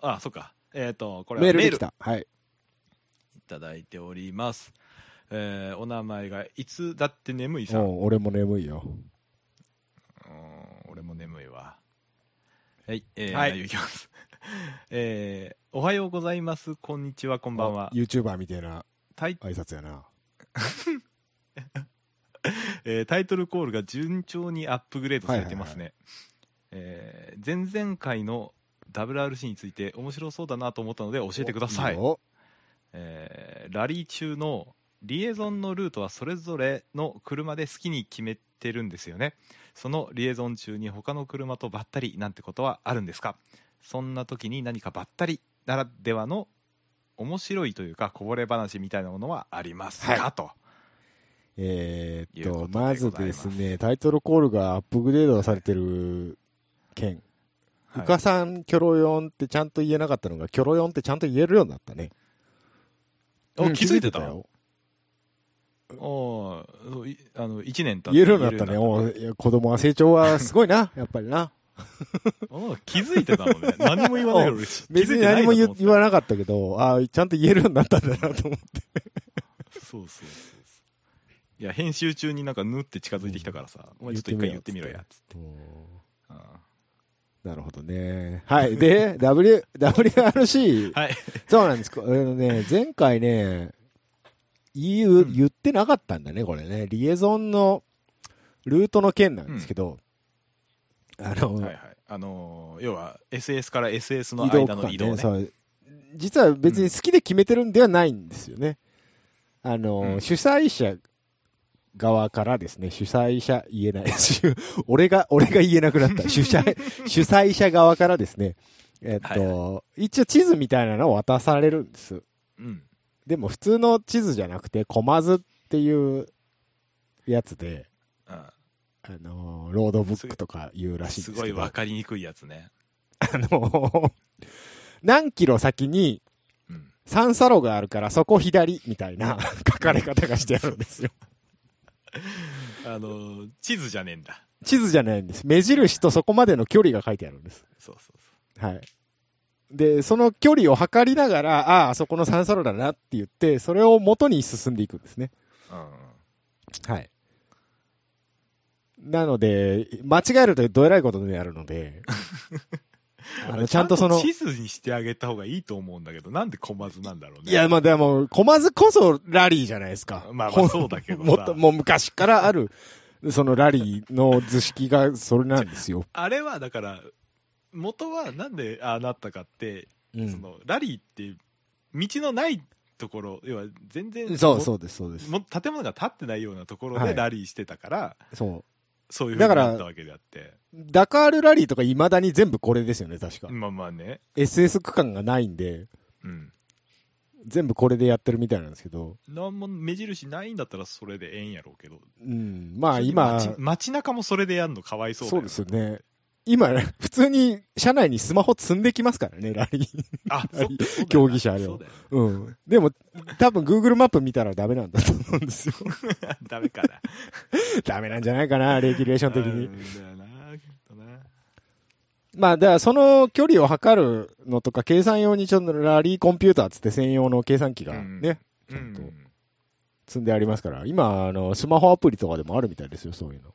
Speaker 2: あ、そっか。えっ、と、これは
Speaker 1: メール
Speaker 2: メ
Speaker 1: で
Speaker 2: ール
Speaker 1: きた。はい。
Speaker 2: いただいております。えーお名前が、いつだって眠いさ。
Speaker 1: うんん、俺も眠いよ。
Speaker 2: うん俺も眠いわ。はい、えー、
Speaker 1: はい
Speaker 2: 内容いきます。 えーおはようございます。こんにちは、こんばんは。
Speaker 1: YouTuber みたいな
Speaker 2: タイ
Speaker 1: 挨拶やな。
Speaker 2: えータイトルコールが順調にアップグレードされてますね、えー前々回の WRC について面白そうだなと思ったので教えてください
Speaker 1: よ
Speaker 2: えーラリー中のリエゾンのルートはそれぞれの車で好きに決めてるんですよねそのリエゾン中に他の車とばったりなんてことはあるんですかそんな時に何かばったりならではの面白いというかこぼれ話みたいなものはありますか、
Speaker 1: は
Speaker 2: と
Speaker 1: えーっ、
Speaker 2: いうこととで
Speaker 1: まずですね、タイトルコールがアップグレードされてる件。う
Speaker 2: は
Speaker 1: かさん、キョロヨンってちゃんと言えなかったのが、キョロヨンってちゃんと言えるようになったね。
Speaker 2: お
Speaker 1: うん
Speaker 2: 気づいてた。おーそういあの1年経って
Speaker 1: 言えるようになったね。
Speaker 2: 言え
Speaker 1: お
Speaker 2: るようになっ
Speaker 1: ういや子供は成長はすごいな、やっぱりな。
Speaker 2: たおう気づいてたもんね何も言わな いから
Speaker 1: 別に何も言言わ
Speaker 2: ない
Speaker 1: なかったけど、ああ、ちゃんと言えるようになったんだなと思って。
Speaker 2: そうそうそうそういや編集中になんかぬって近づいてきたからさ、お前ちょっと一回言ってみろやつって、うん
Speaker 1: なるほどね。はい。 で、W、WRC。
Speaker 2: はい。
Speaker 1: そうなんです。こあのね、前回ね、言う、
Speaker 2: うん
Speaker 1: 言ってなかったんだね、これね。リエゾンのルートの件なんですけど、あの、
Speaker 2: はいはい。あのー要は SS から SS の
Speaker 1: 移動
Speaker 2: 間
Speaker 1: 区
Speaker 2: の
Speaker 1: 間
Speaker 2: 移動
Speaker 1: ね
Speaker 2: ね。
Speaker 1: そう実は別に好きで決めてるんではないんですよね。あの、
Speaker 2: うん
Speaker 1: 主催者側からですね、主催者言えない。主 俺が、俺が言えなくな った。主催、主催者側からですね、えっと、一応地図みたいなのを渡されるんです。
Speaker 2: うん。
Speaker 1: でも普通の地図じゃなくて、コマズっていうやつで、
Speaker 2: うん
Speaker 1: あの、ロードブックとか言うらしいんですすけど。
Speaker 2: ごい分かりにくいやつね。
Speaker 1: あの、何キロ先に、
Speaker 2: うん。
Speaker 1: 三サロがあるからそこ左みたいな書かれ方がしてあるんですよ。
Speaker 2: あのー地図じゃねえんだ。
Speaker 1: 地図じゃないんです。目印とそこまでの距離が書いてあるんです。
Speaker 2: そうそうそ
Speaker 1: はい。で、その距離を測りながら、ああ、あそこの三サロだなって言って、それを元に進んでいくんですね。
Speaker 2: う。うん。
Speaker 1: はい。なので、間違えるとどえらいことになるので、あのちゃんとその、
Speaker 2: 地図にしてあげた方がいいと思うんだけど、なんで駒図なんだろうね。
Speaker 1: いや、まあでも、駒ずこそラリーじゃないですか。
Speaker 2: まあまあそうだけどさ
Speaker 1: もっと、もう昔からある、そのラリーの図式がそれなんですよ。
Speaker 2: あれはだから、元はなんでああなったかって、
Speaker 1: う
Speaker 2: そ
Speaker 1: ん。
Speaker 2: のラリーって道のないところ、要は全然
Speaker 1: そう
Speaker 2: も
Speaker 1: そうです、そうです。
Speaker 2: も建物が建ってないようなところ
Speaker 1: は
Speaker 2: で
Speaker 1: い
Speaker 2: ラリーしてたから、
Speaker 1: そう。
Speaker 2: そういうふう
Speaker 1: だ
Speaker 2: に
Speaker 1: から
Speaker 2: なったわけであって。
Speaker 1: ダカールラリーとか未だに全部これですよね、確か。
Speaker 2: まあまあね。
Speaker 1: SS 区間がないんで、
Speaker 2: うん。
Speaker 1: 全部これでやってるみたいなんですけど、
Speaker 2: なんも目印ないんだったらそれでええんやろうけど。
Speaker 1: うん。まあ今、
Speaker 2: 街街中もそれでやんのかわいそうだ
Speaker 1: そう
Speaker 2: な
Speaker 1: ですよね。今、普通に車内にスマホ積んできますからね、ラリー。
Speaker 2: あ、そうそうだよ な
Speaker 1: 競技者あれは
Speaker 2: そうだよ
Speaker 1: うん。でも、多分 Google マップ見たらダメなんだと思うんですよ。
Speaker 2: な ダメかな。
Speaker 1: ダメなんじゃないかな、レギュレーション的
Speaker 2: う
Speaker 1: に。
Speaker 2: んだよな、きっとな。
Speaker 1: まあ、だからその距離を測るのとか、計算用にちょっとラリーコンピューターつって専用の計算機がね、
Speaker 2: う
Speaker 1: ちゃんと
Speaker 2: ん。
Speaker 1: 積んでありますから、今、あの、スマホアプリとかでもあるみたいですよ、そういうの。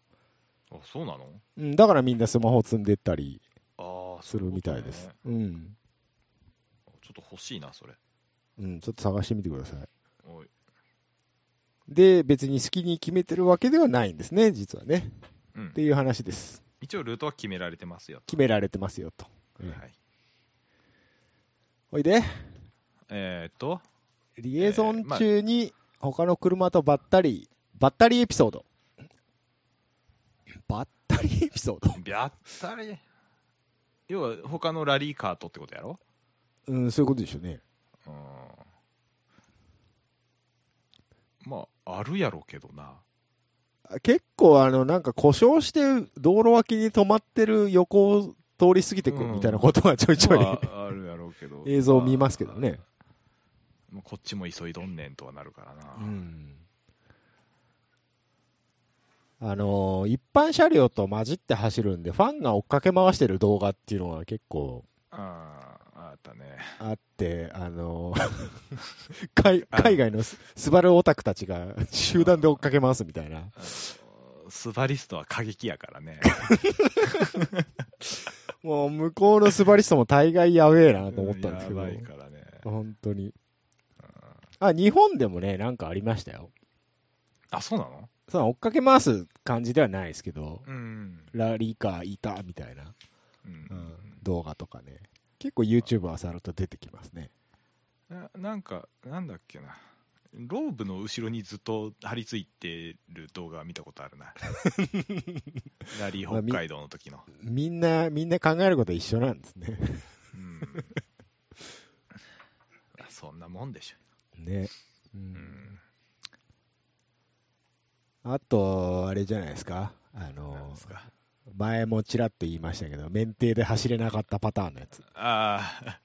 Speaker 2: あ、そうなの
Speaker 1: うん、だからみんなスマホ積んでったり
Speaker 2: ああ、
Speaker 1: するみたいです
Speaker 2: そうう。
Speaker 1: うん。
Speaker 2: ことねちょっと欲しいな、それ。
Speaker 1: うん、ちょっと探してみてください。
Speaker 2: おい
Speaker 1: で、別に好きに決めてるわけではないんですね、実はね。
Speaker 2: うん
Speaker 1: っていう話です。
Speaker 2: 一応ルートは決められてますよ。
Speaker 1: 決められてますよ、と。うん
Speaker 2: はい。
Speaker 1: おいで、
Speaker 2: えーっと、
Speaker 1: リエゾン中に他の車とばったり、ばったりエピソード。ばったりエピソード
Speaker 2: やったり。要は、他のラリーカートってことやろ
Speaker 1: うん、そういうことでしょうね。
Speaker 2: うん。まあ、あるやろうけどな。
Speaker 1: 結構、あの、なんか故障して道路脇に止まってる横を通り過ぎてく
Speaker 2: うん
Speaker 1: みたいなことはちょいちょい、
Speaker 2: まあ、あるやろうけど
Speaker 1: 映像見ますけどね。
Speaker 2: まあこっちも急いどんねんとはなるからな、
Speaker 1: うんあのー一般車両と混じって走るんで、ファンが追っかけ回してる動画っていうのは結構
Speaker 2: あああったね
Speaker 1: あって、あの ー海海外のススバルオタクたちが 集団で追っかけ回すみたいな。
Speaker 2: あのスバリストは過激やからね
Speaker 1: もう向こうのスバリストも大概やべえな と思ったんですけど
Speaker 2: やば、いからね
Speaker 1: 本当に。あ、日本でもね、なんかありましたよ。
Speaker 2: あそうなの
Speaker 1: その追っかけ回す感じではないですけど、
Speaker 2: うん、
Speaker 1: ラリーカーいたみたいな。
Speaker 2: うん
Speaker 1: 動画とかね結構 YouTube 漁ると出てきますね
Speaker 2: ななんかなんだっけなローブの後ろにずっと張り付いてる動画は見たことあ るなラリー北海道の時の、
Speaker 1: みんなみんな考えること一緒なんですね
Speaker 2: うん、あそんなもんでしょ、
Speaker 1: ね、う、
Speaker 2: うんん、
Speaker 1: あとあれじゃないですかあ
Speaker 2: なん
Speaker 1: の
Speaker 2: ですか
Speaker 1: 前もちらっと言いましたけど免停で走れなかったパターンのやつ
Speaker 2: ああ、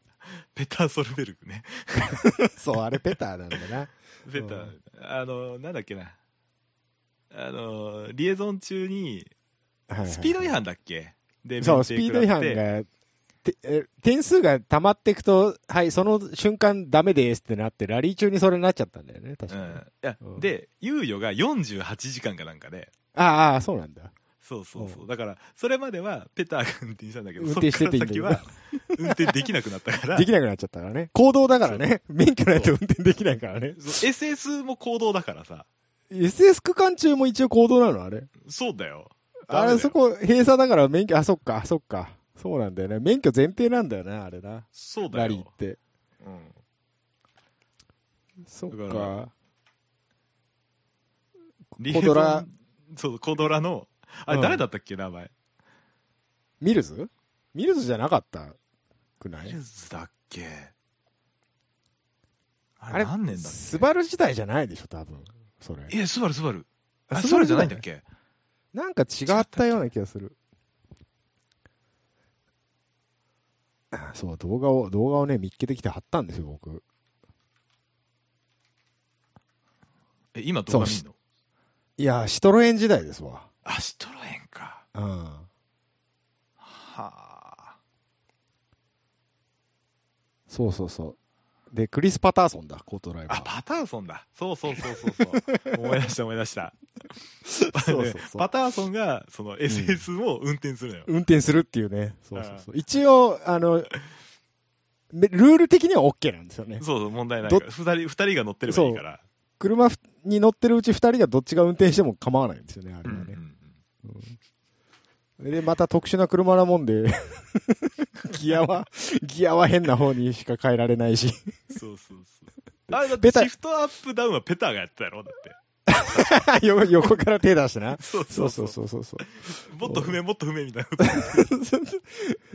Speaker 2: ペター・ソルベルグね。
Speaker 1: そうあれペター なんだな
Speaker 2: ペター、あの、なんだっけな。あの、リエゾン中に、
Speaker 1: はいはい
Speaker 2: スピード違反だっけで
Speaker 1: そう
Speaker 2: 免
Speaker 1: ス
Speaker 2: 停
Speaker 1: ピード違反
Speaker 2: 食らって
Speaker 1: がてえ点数が溜まっていくとはいその瞬間ダメですってなってラリー中にそれになっちゃったんだよね確
Speaker 2: う
Speaker 1: かに、
Speaker 2: ん
Speaker 1: あ。
Speaker 2: いや
Speaker 1: うん
Speaker 2: で、猶予が48時間かなんかで、
Speaker 1: あああそうなんだ
Speaker 2: そうそうそうだからそれまではペターが運転したんだけど
Speaker 1: 運転してていいんだ
Speaker 2: そ
Speaker 1: よ
Speaker 2: っから先は運転できなくなったから
Speaker 1: できなくなっちゃったからね。行動だからね。免許ないと運転できないからね。
Speaker 2: そう SS も行動だからさ
Speaker 1: SS 区間中も一応行動なのあれ。
Speaker 2: そうだよ
Speaker 1: あ
Speaker 2: ダメだ
Speaker 1: れ、
Speaker 2: よ
Speaker 1: そこ閉鎖だから免許、あ、そっか、そっか。そうなんだよね。免許前提なんだよね、あれな。
Speaker 2: そうだ
Speaker 1: ラリー
Speaker 2: よ
Speaker 1: っ、て。
Speaker 2: うん、
Speaker 1: そっ
Speaker 2: だから
Speaker 1: か。
Speaker 2: リ
Speaker 1: コドラ
Speaker 2: エゾン そうコドラのあれ
Speaker 1: うん
Speaker 2: 誰だったっけ名前
Speaker 1: ミルズミルズじゃなかったくな
Speaker 2: ミ
Speaker 1: い
Speaker 2: ルズだっけあ
Speaker 1: あ
Speaker 2: れ
Speaker 1: れ、
Speaker 2: 何年だっ
Speaker 1: スバル自体じゃないでしょ、多分。それ。
Speaker 2: けいやスバルスバルあ
Speaker 1: あ
Speaker 2: スバルじゃないんだっけ
Speaker 1: なんか違ったような気がする。あそう、動画を、動画をね、見っけてきて貼ったんですよ、僕。
Speaker 2: え今動画見んの
Speaker 1: いや、シトロエン時代ですわ。
Speaker 2: あシトロエンか
Speaker 1: うん。
Speaker 2: はあ
Speaker 1: そうそうそう。で、クリス・パターソンだ、コートライバ
Speaker 2: あ
Speaker 1: ー。
Speaker 2: パターソンだそうそうそうそう そう思い出した思い出した
Speaker 1: そうそうそう
Speaker 2: パターソンがその SS を運転するのよ、
Speaker 1: 運転するっていうね。そうそうそう。一応、あの、めルール的には OK なんですよね。
Speaker 2: そうそう問題ないから
Speaker 1: ど
Speaker 2: 2人二人が乗ってればいいから
Speaker 1: 車ふに乗ってるうち2人がどっちが運転しても構わないんですよね、あれは
Speaker 2: うんう
Speaker 1: ね。
Speaker 2: ん
Speaker 1: で、また特殊な車なもんで、 ギアは、ギアは変な方にしか変えられないし。
Speaker 2: うんそうそうそうあれだっ
Speaker 1: ペ
Speaker 2: て
Speaker 1: タ
Speaker 2: シフトアップダウンはペターがやってたやろだって
Speaker 1: よ横から手出してな。
Speaker 2: そう
Speaker 1: そうそうそうそうそう。
Speaker 2: もっと踏めもっと踏めみたいなこと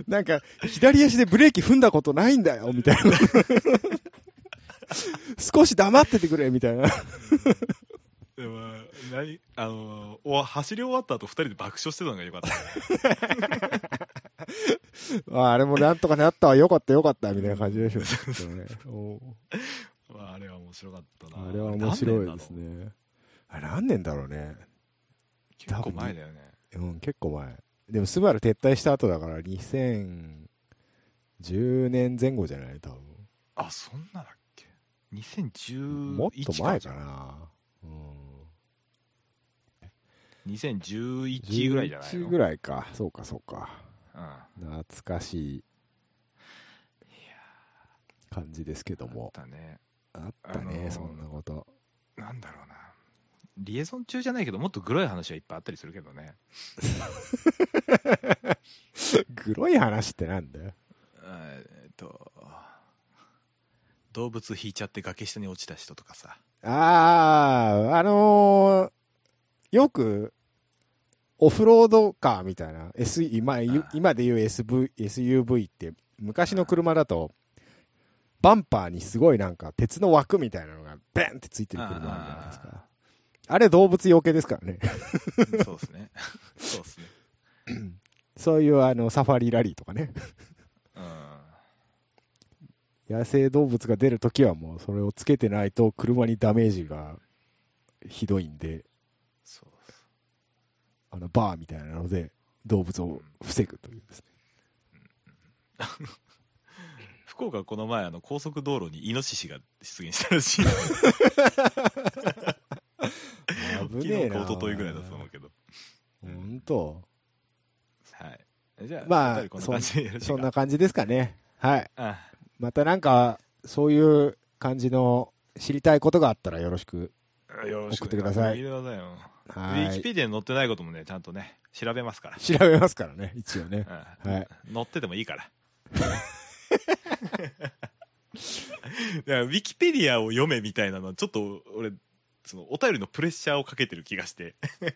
Speaker 1: なんか、左足でブレーキ踏んだことないんだよ、みたいな。 少し黙っててくれ、みたいな。
Speaker 2: でも何あのお走り終わった後二人で爆笑してたのがよかったね
Speaker 1: ああれもなんとかなったわ、よかったよかった、みたいな感じでしょ。 きっとねお
Speaker 2: まああれは面白かったな
Speaker 1: あれは面白いです
Speaker 2: 何年なの
Speaker 1: ね。あれ何年だろうね。
Speaker 2: 結構前だよね
Speaker 1: うん、結構前。でも、スバル撤退した後だから、2010年前後じゃない多分。
Speaker 2: あそんなだっけ2011
Speaker 1: もっと前かな。うん。
Speaker 2: 2011ぐらいじゃないの
Speaker 1: 11ぐらいか。そうか、そうか。
Speaker 2: うん
Speaker 1: 懐かしい感じですけど
Speaker 2: あっ
Speaker 1: も。
Speaker 2: たね
Speaker 1: あった
Speaker 2: あの
Speaker 1: ね、
Speaker 2: ー
Speaker 1: そんなこと。
Speaker 2: なんだろうなリエゾン中じゃないけどもっとグロい話はいっぱいあったりするけどね
Speaker 1: グロい話ってなんだよ。
Speaker 2: えっと動物引いちゃって崖下に落ちた人とか さ
Speaker 1: ああ、あのーよく、オフロードカーみたいな、S、今、ゆ今で言う SV SUV って、昔の車だと、バンパーにすごいなんか、鉄の枠みたいなのが、ベンってついてる車あるじゃないですか。あれ動物養系ですからね。
Speaker 2: そうですねそうですね
Speaker 1: そういうあの、サファリラリーとかね。
Speaker 2: うん
Speaker 1: 野生動物が出るときはもう、それをつけてないと、車にダメージが、ひどいんで、
Speaker 2: そうそう
Speaker 1: あの、バーみたいなので、動物を防ぐというですね。
Speaker 2: 福岡この前あの高速道路にイノシシが出現したらしい
Speaker 1: 危ねえな。
Speaker 2: 昨日か一昨日ぐらいだと思うけど
Speaker 1: 本当。
Speaker 2: はいじゃあ
Speaker 1: まあ
Speaker 2: お二人こんな感じでよろしいか
Speaker 1: そんな感じですかね。はい。
Speaker 2: あ
Speaker 1: またなんか、そういう感じの知りたいことがあったらよろしく。
Speaker 2: よろしく
Speaker 1: 送ってください
Speaker 2: 見てくださいよウ
Speaker 1: は
Speaker 2: ィキ
Speaker 1: い。
Speaker 2: ペディアに載ってないこともねちゃんとね調べますから
Speaker 1: 調べますからね、一応ね。
Speaker 2: うん
Speaker 1: はい
Speaker 2: 乗っててもい いからだからウィキペディアを読めみたいなのはちょっと俺そのお便りのプレッシャーをかけてる気がして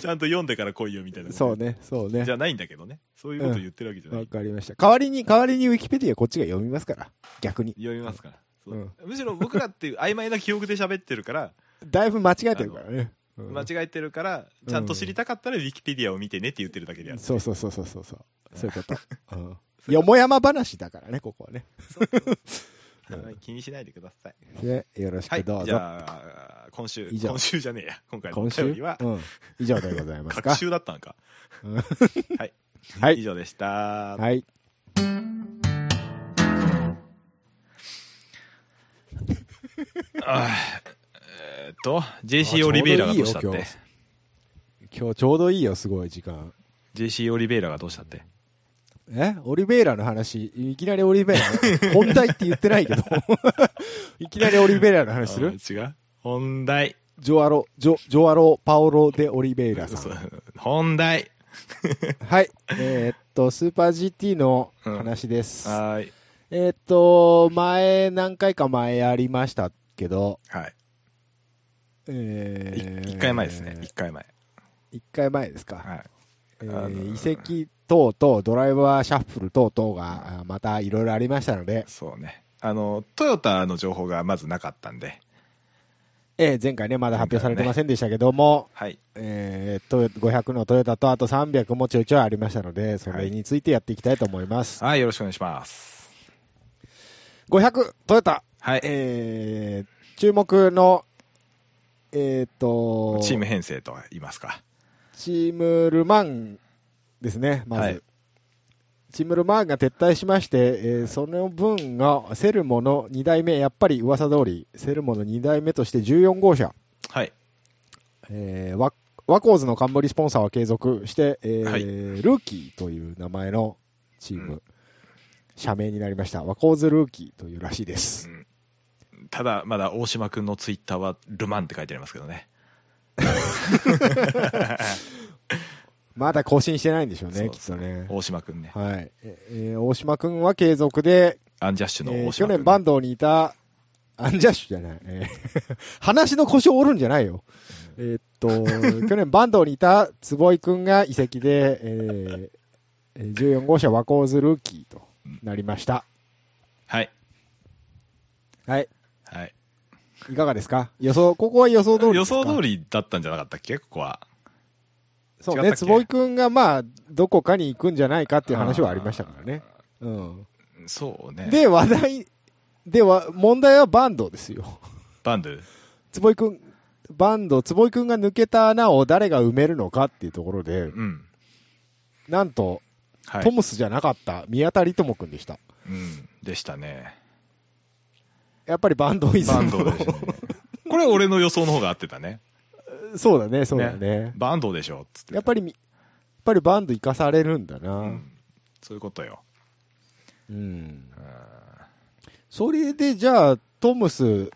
Speaker 2: ちゃんと読んでから来いよみたいなこと
Speaker 1: そうね、そうね
Speaker 2: じ。ゃないんだけどねそういうこと言ってるわけじゃない、
Speaker 1: わかりました。代わりに、代わりにウィキペディアこっちが読みますから。逆に。
Speaker 2: 読みますから、そう
Speaker 1: うん
Speaker 2: むしろ僕らっていう曖昧な記憶で喋ってるから
Speaker 1: だいぶ間違えてるからね。うん
Speaker 2: 間違えてるからちゃんと知りたかったらウィキペディアを見てねって言ってるだけである、
Speaker 1: そうそうそうそうそうそう。そういう こと。うん。よもやま話だからね、ここはね。うん
Speaker 2: はい気にしないでください
Speaker 1: で、よろし
Speaker 2: は
Speaker 1: く
Speaker 2: い、
Speaker 1: どう
Speaker 2: じ
Speaker 1: ぞ。
Speaker 2: ゃあ、今週、
Speaker 1: 以上
Speaker 2: 今週じゃねえや、今回のお
Speaker 1: 今週、
Speaker 2: 便りは、
Speaker 1: うん。以上でございます
Speaker 2: 各
Speaker 1: か。
Speaker 2: 週だったのか。
Speaker 1: は
Speaker 2: 以
Speaker 1: い。
Speaker 2: 上でした。
Speaker 1: はい。
Speaker 2: あーえーっと、JC オリベイラがどうしたっ
Speaker 1: あちょうどいい
Speaker 2: て
Speaker 1: よ。今日ちょうどいいよ、すごい時間。
Speaker 2: JC オリベイラがどうしたって
Speaker 1: えオリベイラの話、いきなりオリベイラ、 本題って言ってないけど、 いきなりオリベイラの話す
Speaker 2: あ
Speaker 1: る
Speaker 2: 違う本題
Speaker 1: ジョアロ、ジョ、ジョアロ・パオロ・デ・オリベイラ さ
Speaker 2: そ
Speaker 1: ん。
Speaker 2: う本題
Speaker 1: はい。えーっと、スーパー GT の話です。
Speaker 2: はーい
Speaker 1: えーっと、前、何回か前ありましたけど、
Speaker 2: はいい
Speaker 1: えー
Speaker 2: 一回前ですね一回前
Speaker 1: 一回前ですか。
Speaker 2: はい
Speaker 1: え
Speaker 2: あの
Speaker 1: ー、移籍等々、ドライバーシャッフル等々が、あまたいろいろありましたので、
Speaker 2: そうねあのトヨタの情報がまずなかったんで
Speaker 1: えー前回ね、まだ発表されてませんでしたけども、
Speaker 2: はい
Speaker 1: えートヨ500のトヨタとあと300もちょいちょいありましたので、それについてやっていきたいと思います。
Speaker 2: はいよろしくお願いします
Speaker 1: 500、トヨタ、
Speaker 2: はい
Speaker 1: えー注目の、えーっと、
Speaker 2: チーム編成と言いますか
Speaker 1: チームルマンですね、まず。
Speaker 2: はい
Speaker 1: チームルマンが撤退しまして、えーその分がセルモの2代目、やっぱり噂通り、セルモの2代目として14号車、
Speaker 2: はい
Speaker 1: えーワワコーズの冠スポンサーは継続して、えー
Speaker 2: はい
Speaker 1: ルーキーという名前のチーム、
Speaker 2: うん
Speaker 1: 社名になりました、ワコーズルーキーというらしいです。
Speaker 2: ただまだ大島君のツイッターは「ルマン」って書いてありますけどね
Speaker 1: まだ更新してないんでしょうね、
Speaker 2: そう
Speaker 1: きっとね。
Speaker 2: 大島君ね
Speaker 1: はいええー大島君は継続で、
Speaker 2: アンジャッシュ
Speaker 1: え
Speaker 2: の
Speaker 1: ー
Speaker 2: 大
Speaker 1: 去
Speaker 2: 島
Speaker 1: 年
Speaker 2: 君、
Speaker 1: バンドにいた、アンジャッシュじゃない。えー 話の腰を折るんじゃないよ。えーっと、去年バンドにいた坪井くんが移籍で、えーえー14号車ワコーズルーキーとなりました。
Speaker 2: はい
Speaker 1: はい。
Speaker 2: はい
Speaker 1: いかがですか予想、ここは予想通り
Speaker 2: 予
Speaker 1: ですか
Speaker 2: 想通りだったんじゃなかったっけここは
Speaker 1: そう
Speaker 2: 違っ
Speaker 1: ね、
Speaker 2: たっけ
Speaker 1: 坪井くんがまあ、どこかに行くんじゃないかっていう話はありましたからね。うん。
Speaker 2: そうね
Speaker 1: で、話題、では、問題はバンドですよ。
Speaker 2: バンドゥ
Speaker 1: 坪井くん、バンド、坪井くんが抜けた穴を誰が埋めるのかっていうところで、
Speaker 2: うん
Speaker 1: なんと、
Speaker 2: はい
Speaker 1: トムスじゃなかった、宮田理智くんでした。
Speaker 2: うん、でしたね
Speaker 1: やっぱりバンドイズム
Speaker 2: バンドでしたね これ俺の予想の方が合ってたね
Speaker 1: そうだね、そうだね。
Speaker 2: バンドでしょっつって
Speaker 1: やっぱりみ、やっぱりバンド生かされるんだな。うん。
Speaker 2: そういうことよ
Speaker 1: それで、じゃあ、トムス、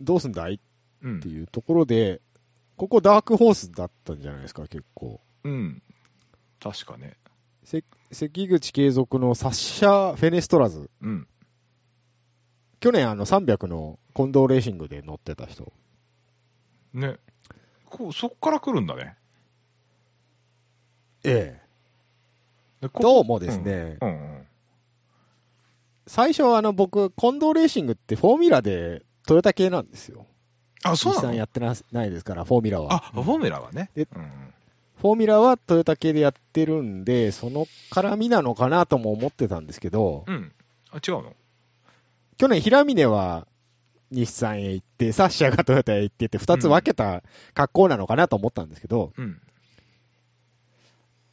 Speaker 1: どうすんだいっ
Speaker 2: うん
Speaker 1: て、いうところで、ここダークホースだったんじゃないですか、結構。
Speaker 2: うん、確かね
Speaker 1: せ関口継続のサッシャ・フェネストラズ。
Speaker 2: うん
Speaker 1: 去年あの300の近藤レーシングで乗ってた人
Speaker 2: ねこうそっから来るんだね
Speaker 1: ええ
Speaker 2: でこ
Speaker 1: どうもですね、
Speaker 2: うんうん
Speaker 1: 最初はあの僕近藤レーシングってフォーミュラでトヨタ系なんですよ
Speaker 2: あそう
Speaker 1: 日
Speaker 2: な
Speaker 1: 産
Speaker 2: の
Speaker 1: やってなないですからフォーミュラは
Speaker 2: あフォーミュラはね
Speaker 1: え
Speaker 2: うんうん
Speaker 1: フォーミュラはトヨタ系でやってるんでその絡みなのかなとも思ってたんですけど、
Speaker 2: うんあ違うの
Speaker 1: 去年平峰は日産へ行ってサッシャがトヨタへ行ってって2つ分けた格好なのかなと思ったんですけど、
Speaker 2: うん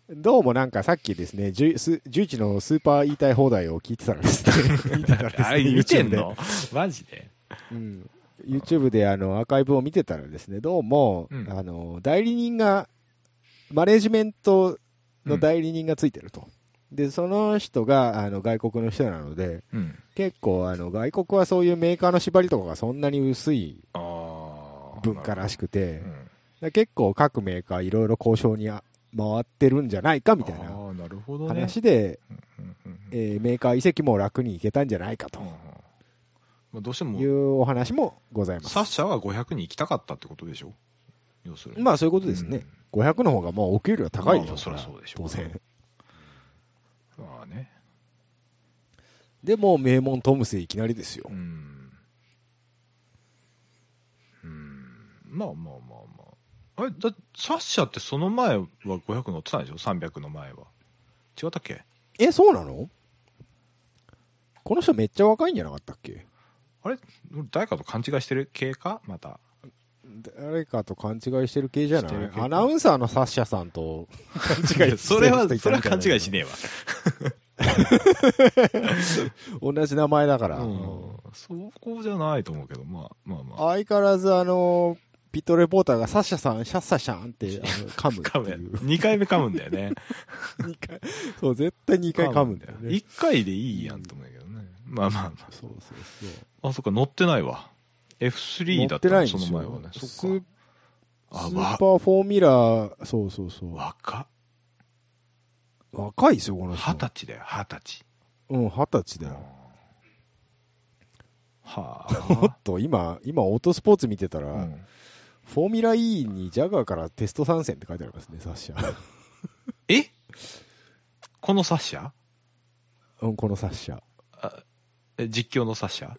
Speaker 1: どうもなんかさっきですね、じゅす11のスーパー言いたい放題を聞いてたら ですね、見てたらですね
Speaker 2: あれ見てん
Speaker 1: YouTube で
Speaker 2: のマジで
Speaker 1: うん、YouTube であのアーカイブを見てたらですね、どうも、
Speaker 2: うん
Speaker 1: あの代理人が、マネジメントの代理人がついてると。で、その人があの外国の人なので、
Speaker 2: うん
Speaker 1: 結構あの外国はそういうメーカーの縛りとかがそんなに薄い
Speaker 2: あー
Speaker 1: 文化らしく
Speaker 2: う
Speaker 1: て、
Speaker 2: ん
Speaker 1: だから結構各メーカーいろいろ交渉にあ回ってるんじゃないかみたい
Speaker 2: あ
Speaker 1: な
Speaker 2: ーなるほどね
Speaker 1: 話で、
Speaker 2: うんうんうん
Speaker 1: えーメーカー移籍も楽に行けたんじゃないかと
Speaker 2: うんうんまあどうしても
Speaker 1: いうお話もございま
Speaker 2: サッ
Speaker 1: す。
Speaker 2: シャは500に行きたかったってことでしょ要するに
Speaker 1: まあそういうことですね。500の方がまあお給料高いでしょうから、
Speaker 2: まあそりゃそうでしょう
Speaker 1: 当然。
Speaker 2: うんまあね
Speaker 1: でもう名門トムスへいきなりですよ
Speaker 2: う。んうんまあまあまあまああれだサッシャってその前は500乗ってたんでしょ300の前は違ったっけ
Speaker 1: え、そうなのこの人めっちゃ若いんじゃなかったっけ
Speaker 2: 俺誰かと勘違いしてる系かまた
Speaker 1: 誰かと勘違いしてる系じゃな
Speaker 2: してる
Speaker 1: い
Speaker 2: 系か
Speaker 1: アナウンサーのサッシャさんと勘違い してる人いたんじゃないかな
Speaker 2: それはそれは勘違いしねえわ
Speaker 1: 同じ名前だから。
Speaker 2: うんそこじゃないと思うけどまあまあまあ
Speaker 1: 相変わらずあのピットレポーターがサッシャさん、シャッサシャンってあの噛む
Speaker 2: 噛
Speaker 1: ってい
Speaker 2: む
Speaker 1: う。
Speaker 2: 2回目噛むんだよ ね
Speaker 1: 二回そう、絶対2回噛むんだよね。
Speaker 2: 1回でいいやんと思うんだけどねまあまあま
Speaker 1: そうそうそう。
Speaker 2: ああそっか乗ってないわ F3 だった
Speaker 1: 乗
Speaker 2: ら
Speaker 1: ってないん
Speaker 2: そ
Speaker 1: で
Speaker 2: の
Speaker 1: すよ
Speaker 2: 前はねそ
Speaker 1: ス
Speaker 2: っ
Speaker 1: ース
Speaker 2: かあ
Speaker 1: ー
Speaker 2: わ
Speaker 1: パーフォーミュラー、そうそうそう。
Speaker 2: 若っ
Speaker 1: 若いですよ、この人。
Speaker 2: 二十歳だよ二十歳
Speaker 1: うん、二十歳だよ。
Speaker 2: は
Speaker 1: も っと今、今、オートスポーツ見てたら、
Speaker 2: あ、うん
Speaker 1: フォーミュラ E にジャガーからテスト参戦って書いてありますね、サッシ ャ。
Speaker 2: えこのサッシャ
Speaker 1: うん、このサッ シャ。
Speaker 2: え実況のサッシャ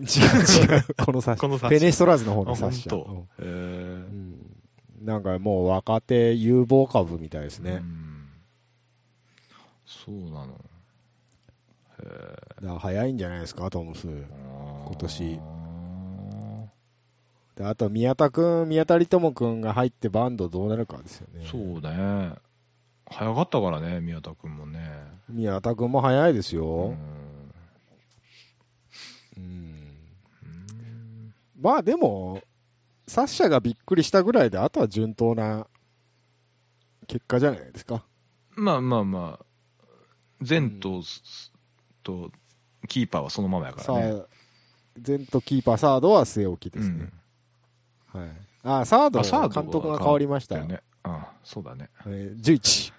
Speaker 1: 違う違う、このサッシ
Speaker 2: このサ
Speaker 1: ャ。
Speaker 2: ッシャ
Speaker 1: ペネストラーズの方
Speaker 2: あ
Speaker 1: のサッ
Speaker 2: 本
Speaker 1: シャ。うん
Speaker 2: 当。えー
Speaker 1: うんなんかもう若手有望株みたいです
Speaker 2: う
Speaker 1: ね。
Speaker 2: んそうなのへえ
Speaker 1: だから早いんじゃないですか、トムス。
Speaker 2: 今
Speaker 1: 年であと、宮田くん、宮田理友くんが入ってバンドどうなるかですよね。
Speaker 2: そうね早かったからね宮田君もね
Speaker 1: 宮田くんも早いです
Speaker 2: う
Speaker 1: よ。
Speaker 2: ん
Speaker 1: うん
Speaker 2: うん
Speaker 1: まあでも、サッシャがびっくりしたぐらいで、あとは順当な結果じゃないですか。
Speaker 2: まあまあまあ前とすとキーパーはそのままやから
Speaker 1: さ
Speaker 2: ね
Speaker 1: あ、前とキーパー、サードは据え置きですね。はい。あ、サード、
Speaker 2: あサードは
Speaker 1: 監督が変わりまし
Speaker 2: だ
Speaker 1: た。
Speaker 2: よねあそうだね
Speaker 1: えー11。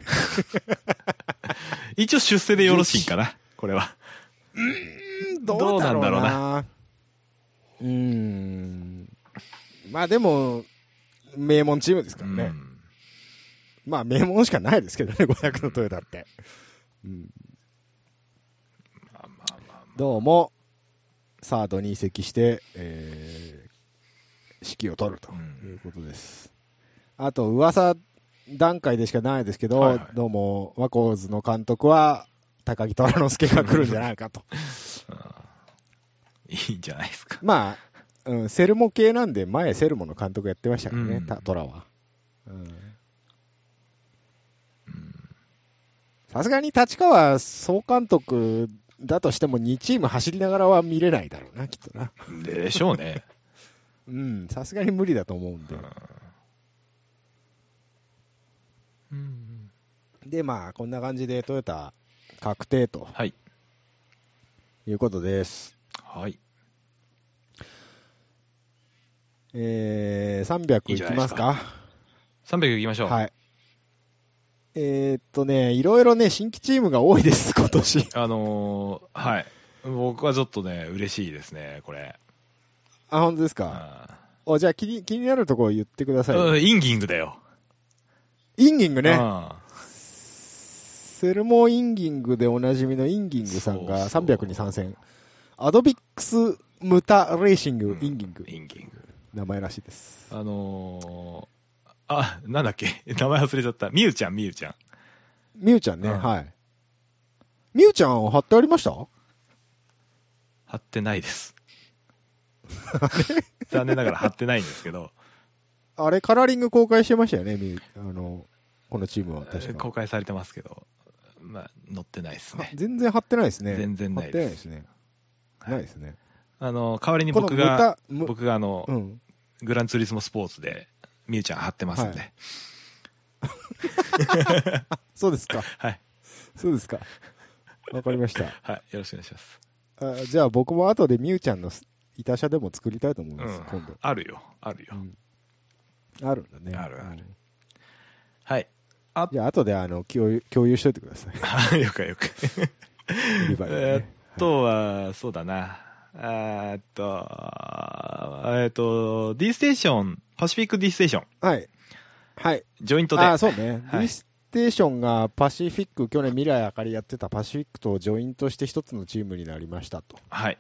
Speaker 2: 一応出世でよろしいんかなこれは どうなんだろう
Speaker 1: な。うーん。まあでも、名門チームですからね。
Speaker 2: うん
Speaker 1: まあ名門しかないですけどね、500のトヨタって。うん、
Speaker 2: まあまあまあま
Speaker 1: どうも、サードに移籍して、えー指揮を取ると
Speaker 2: うん
Speaker 1: いうことです。あと、噂段階でしかないですけど、
Speaker 2: はいはい
Speaker 1: どうも、ワコーズの監督は、高木虎之介が来るんじゃないかと。
Speaker 2: あいいんじゃないですか
Speaker 1: まあ、うん、セルモ系なんで、前セルモの監督やってましたからね、
Speaker 2: うん
Speaker 1: たトラは。うんさすがに立川総監督だとしても2チーム走りながらは見れないだろうな、きっとな。
Speaker 2: でしょうね
Speaker 1: うん、さすがに無理だと思うんで。
Speaker 2: うん
Speaker 1: で、まあ、こんな感じでトヨタ確定と
Speaker 2: はい
Speaker 1: いうことです。
Speaker 2: はい
Speaker 1: えー、300いきますか。
Speaker 2: 300いきましょう
Speaker 1: はい。えー、っとね、いろいろね、新規チームが多いです、今年。
Speaker 2: あのーはい僕はちょっとね嬉しいですねこれ
Speaker 1: あ、本当ですか。
Speaker 2: あ
Speaker 1: おじゃあ気に気になるところ言ってください、
Speaker 2: ーうんインギングだよ
Speaker 1: インギングね、
Speaker 2: あ
Speaker 1: セルモインギングでおなじみのインギングさんが
Speaker 2: そうそう
Speaker 1: 300に参戦アドビックスムタレーシング、
Speaker 2: ー
Speaker 1: インギング
Speaker 2: インギング
Speaker 1: 名前らしいです
Speaker 2: あのーあなんだっけ 名前忘れちゃったみゆちゃんみゆちゃん
Speaker 1: みゆちゃんね、
Speaker 2: うん
Speaker 1: はいみゆちゃん貼ってありました
Speaker 2: 貼ってないです 残念ながら貼ってないんですけど
Speaker 1: あれカラーリング公開してましたよねみゆあのこのチームは確か
Speaker 2: 公開されてますけどまあ載ってないです
Speaker 1: は
Speaker 2: ね
Speaker 1: 全然貼ってないですね
Speaker 2: 全然ない
Speaker 1: 貼っ
Speaker 2: です
Speaker 1: てないですね、
Speaker 2: はい
Speaker 1: ないですね
Speaker 2: あの代わりに
Speaker 1: この
Speaker 2: 僕が
Speaker 1: ムタム
Speaker 2: 僕があの、
Speaker 1: うん
Speaker 2: グランツーリスモスポーツでみゆちゃん貼ってますんで、
Speaker 1: は
Speaker 2: はいい、
Speaker 1: そうですか
Speaker 2: はい、
Speaker 1: そうですかわかりました
Speaker 2: よろしくお願いします。
Speaker 1: あじゃあ僕も後でみゆちゃんのす板車でも作りたいと思います、
Speaker 2: うん
Speaker 1: 今
Speaker 2: あるよ、あるよ。
Speaker 1: 度あるんだね
Speaker 2: あるある
Speaker 1: うん
Speaker 2: はい。
Speaker 1: じゃあ後であの共有共有しといてくださ い
Speaker 2: あよくよく。
Speaker 1: 売り場にね
Speaker 2: えーっとは、そうだな。えーっと、えーっと、D ステーション、パシフィック D ステーション、
Speaker 1: はいはい
Speaker 2: ジョイントで。
Speaker 1: ああそうね、
Speaker 2: はい
Speaker 1: D ステーションがパシフィック去年未来あかりやってたパシフィックとジョイントして一つのチームになりましたと
Speaker 2: はい。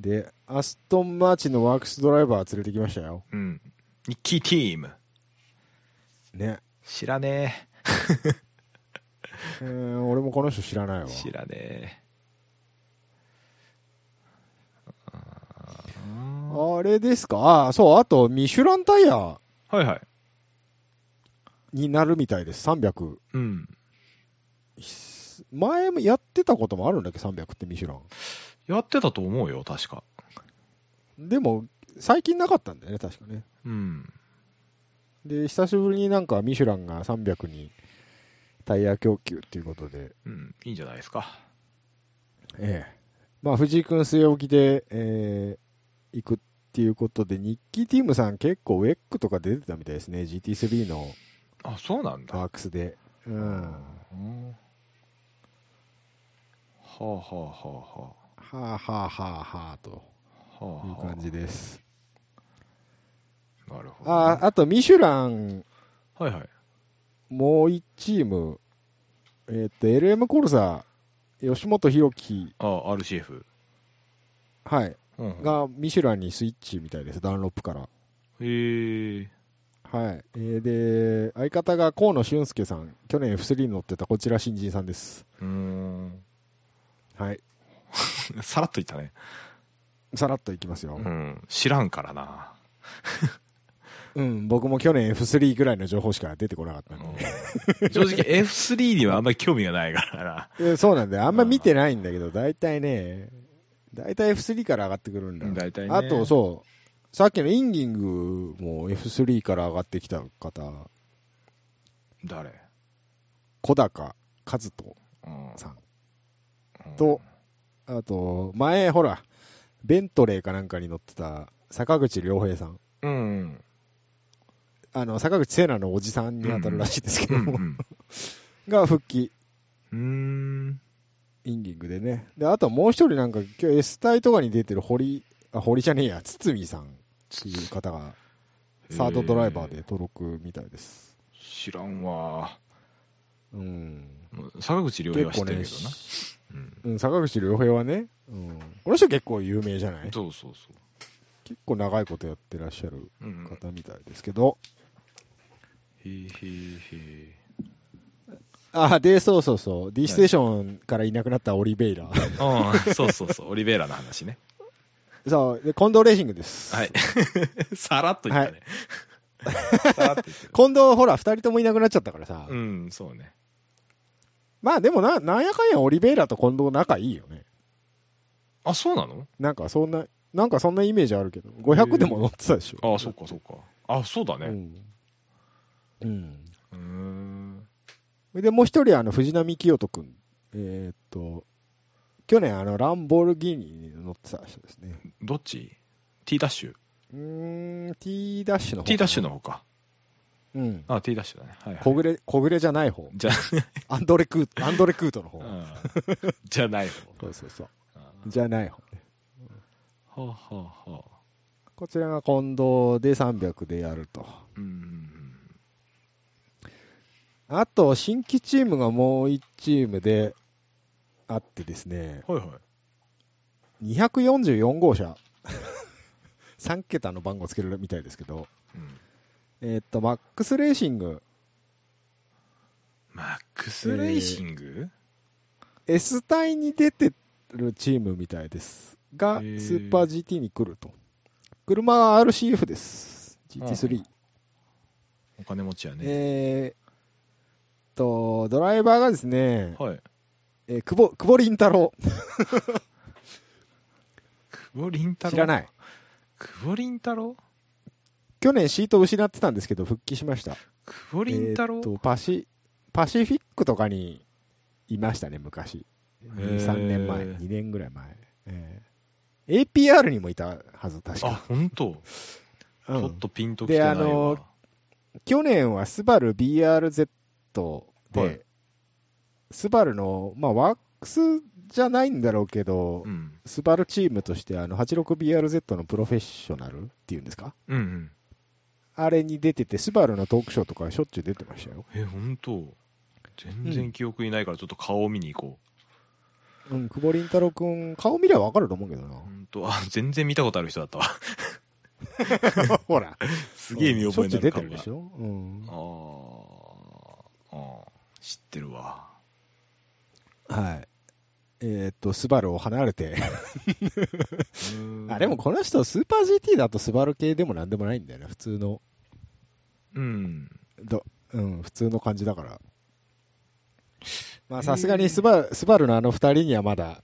Speaker 1: でアストン・マーチンのワークスドライバー連れてきましたよ
Speaker 2: うん。ニッキーチーム。
Speaker 1: ね
Speaker 2: 知らね
Speaker 1: うーん俺もこの人知らないわ
Speaker 2: え。知らねえ。あ
Speaker 1: あれですかああそうあとミシュランタイヤ
Speaker 2: ーはいはい。
Speaker 1: になるみたいです300
Speaker 2: うん。
Speaker 1: 前もやってたこともあるんだっけ300ってミシュラン
Speaker 2: やってたと思うよ、確か。
Speaker 1: でも最近なかったんだよね、確かね。
Speaker 2: うん。
Speaker 1: で、久しぶりになんかミシュランが300にタイヤ供給っていうことで、
Speaker 2: うん。いいんじゃないですか。
Speaker 1: ええ。まあ、藤井君据え置きで、ええ行くっていうことで、ニッキーティームさん結構ウェックとか出てたみたいですね。GT3 の
Speaker 2: あ、そうなんだ。
Speaker 1: ワークスで。うん。は
Speaker 2: うんはあはあはあは
Speaker 1: あはあはあはあと
Speaker 2: あ。はあ
Speaker 1: い
Speaker 2: は
Speaker 1: う
Speaker 2: あ
Speaker 1: 感じです。
Speaker 2: なるほど、
Speaker 1: あ、あとミシュラン、
Speaker 2: はいはい。
Speaker 1: もう1チーム、えっと、LM コルサ、吉本博樹、
Speaker 2: あ、RCF。
Speaker 1: はい、
Speaker 2: うん。
Speaker 1: がミシュランにスイッチみたいです。ダンロップから。
Speaker 2: へえ。
Speaker 1: はい、えーで相方が河野俊介さん去年 F3 に乗ってたこちら新人さんです
Speaker 2: うーん。
Speaker 1: はい
Speaker 2: さらっといったね。
Speaker 1: さらっといきますよ
Speaker 2: う、ん。知らんからな。
Speaker 1: うん僕も去年 F3 ぐらいの情報しか出てこなかったんで、
Speaker 2: 正直 F3 にはあんまり興味がないからな。
Speaker 1: えーそうなんだよあんま見てないんだけど大体ね大体 F3 から上がってくるんだよ
Speaker 2: 大体ね
Speaker 1: あとそうさっきのインギングも F3 から上がってきた方
Speaker 2: 誰
Speaker 1: 小高和人
Speaker 2: うん
Speaker 1: さんと、あと前ほらベントレーかなんかに乗ってた坂口良平さん
Speaker 2: うん。うん
Speaker 1: あの坂口聖奈のおじさんに当たるらしいですけど
Speaker 2: うん
Speaker 1: も、が復帰、
Speaker 2: うん。うーん。
Speaker 1: インギングでね。で、あともう一人なんか、今日 S 隊とかに出てる堀、あ、堀じゃねえや、堤さんっていう方が、サードドライバーで登録みたいです。
Speaker 2: 知らんわ。
Speaker 1: うん。
Speaker 2: もう坂口良平は知ってるけどな。うん
Speaker 1: うん、坂口良平はね、うん、この人結構有名じゃない
Speaker 2: そうそうそ
Speaker 1: 結構長いことやってらっしゃる
Speaker 2: う。うんうん。
Speaker 1: 方みたいですけど、
Speaker 2: へーへーへ
Speaker 1: あ、で、そうそうそう、D ステーションからいなくなったオリベイラ。
Speaker 2: ー。うん。そうそうそう。オリベーラの話ね。
Speaker 1: そう、で、近藤レーシングです。
Speaker 2: はい。 さらっと言ったね。さらっと言ってる。
Speaker 1: 近藤、ほら、二人ともいなくなっちゃったからさ、
Speaker 2: うん、そうね。
Speaker 1: まあでもな、なんやかんやオリベイラと近藤仲いいよね。
Speaker 2: あ、そうなの
Speaker 1: なんかそんな、なんかそんなイメージあるけど、500でも乗ってたでしょ。
Speaker 2: あ、そっかそっか。あ、そうだ
Speaker 1: う
Speaker 2: ね。
Speaker 1: ん。うん。
Speaker 2: うーん。
Speaker 1: で、もう一人、あの、藤波清人くん。えーっと、去年、あの、ランボルギーニに乗ってた人ですね。
Speaker 2: どっち ?T ダッシュ
Speaker 1: うーん、T ダッシュの方。
Speaker 2: ?T ダッシュの。方か。
Speaker 1: うん。
Speaker 2: あ、T ダッシュだね。はい、は
Speaker 1: 小
Speaker 2: い。
Speaker 1: 暮れ、小暮れじゃない方。
Speaker 2: じゃ、
Speaker 1: アンドレクート、アンドレクートの方
Speaker 2: う。んじゃない方。
Speaker 1: そうそうそう。
Speaker 2: うん
Speaker 1: じゃない方。
Speaker 2: はあはあはあ。
Speaker 1: こちらが近藤で300でやると。
Speaker 2: うんうんうん。
Speaker 1: あと、新規チームがもう1チームであってですね、
Speaker 2: はいはい。
Speaker 1: 244号車。3桁の番号つけるみたいですけど、
Speaker 2: うん
Speaker 1: えーっと、マックスレーシング、
Speaker 2: マックスレーシング
Speaker 1: S 隊に出てるチームみたいです。が、
Speaker 2: へー
Speaker 1: スーパー GT に来ると。車は RCF です。GT3。
Speaker 2: お金持ちやね。
Speaker 1: えーっと、ドライバーがですね、
Speaker 2: はい。
Speaker 1: えー、久保、久保林太郎。
Speaker 2: 久保林太郎
Speaker 1: 知らない。。
Speaker 2: 久保林太郎
Speaker 1: 去年シートを失ってたんですけど、復帰しました。
Speaker 2: 久保林太郎
Speaker 1: えーっとパシパシフィックとかにいましたね昔23年前
Speaker 2: へー
Speaker 1: 2年ぐらい前、えー APR にもいたはず確
Speaker 2: あ
Speaker 1: か、、
Speaker 2: 本当。ち
Speaker 1: う
Speaker 2: ょ
Speaker 1: ん
Speaker 2: っとピンときてないわ。
Speaker 1: であの去年はスバル BRZ で、
Speaker 2: はい
Speaker 1: スバルの、まあ、ワックスじゃないんだろうけど、
Speaker 2: うん。
Speaker 1: スバルチームとしてあの 86BRZ のプロフェッショナルっていうんですか
Speaker 2: うんうん。
Speaker 1: あれに出ててスバルのトークショーとかしょっちゅう出てましたよ、
Speaker 2: え、本当。全然記憶にないからちょっと顔を見に行こ
Speaker 1: うん、久保凛太郎君顔見りゃ分かると思うけどな
Speaker 2: う。、本当。あ、全然見たことある人だったわ。
Speaker 1: ほら
Speaker 2: すげえ見覚
Speaker 1: しょっ
Speaker 2: えのあ
Speaker 1: ちゅう出て
Speaker 2: る顔
Speaker 1: る
Speaker 2: が
Speaker 1: でし。ょ、うん
Speaker 2: あーあー、知ってるわ。
Speaker 1: はいえーっとスバルを離れて あでもこの人スーパー GT だとスバル系でもなんでもないんだよね普通の
Speaker 2: うん。
Speaker 1: ど、うん、普通の感じだからまあさすがにスバルスバルのあの2人にはまだ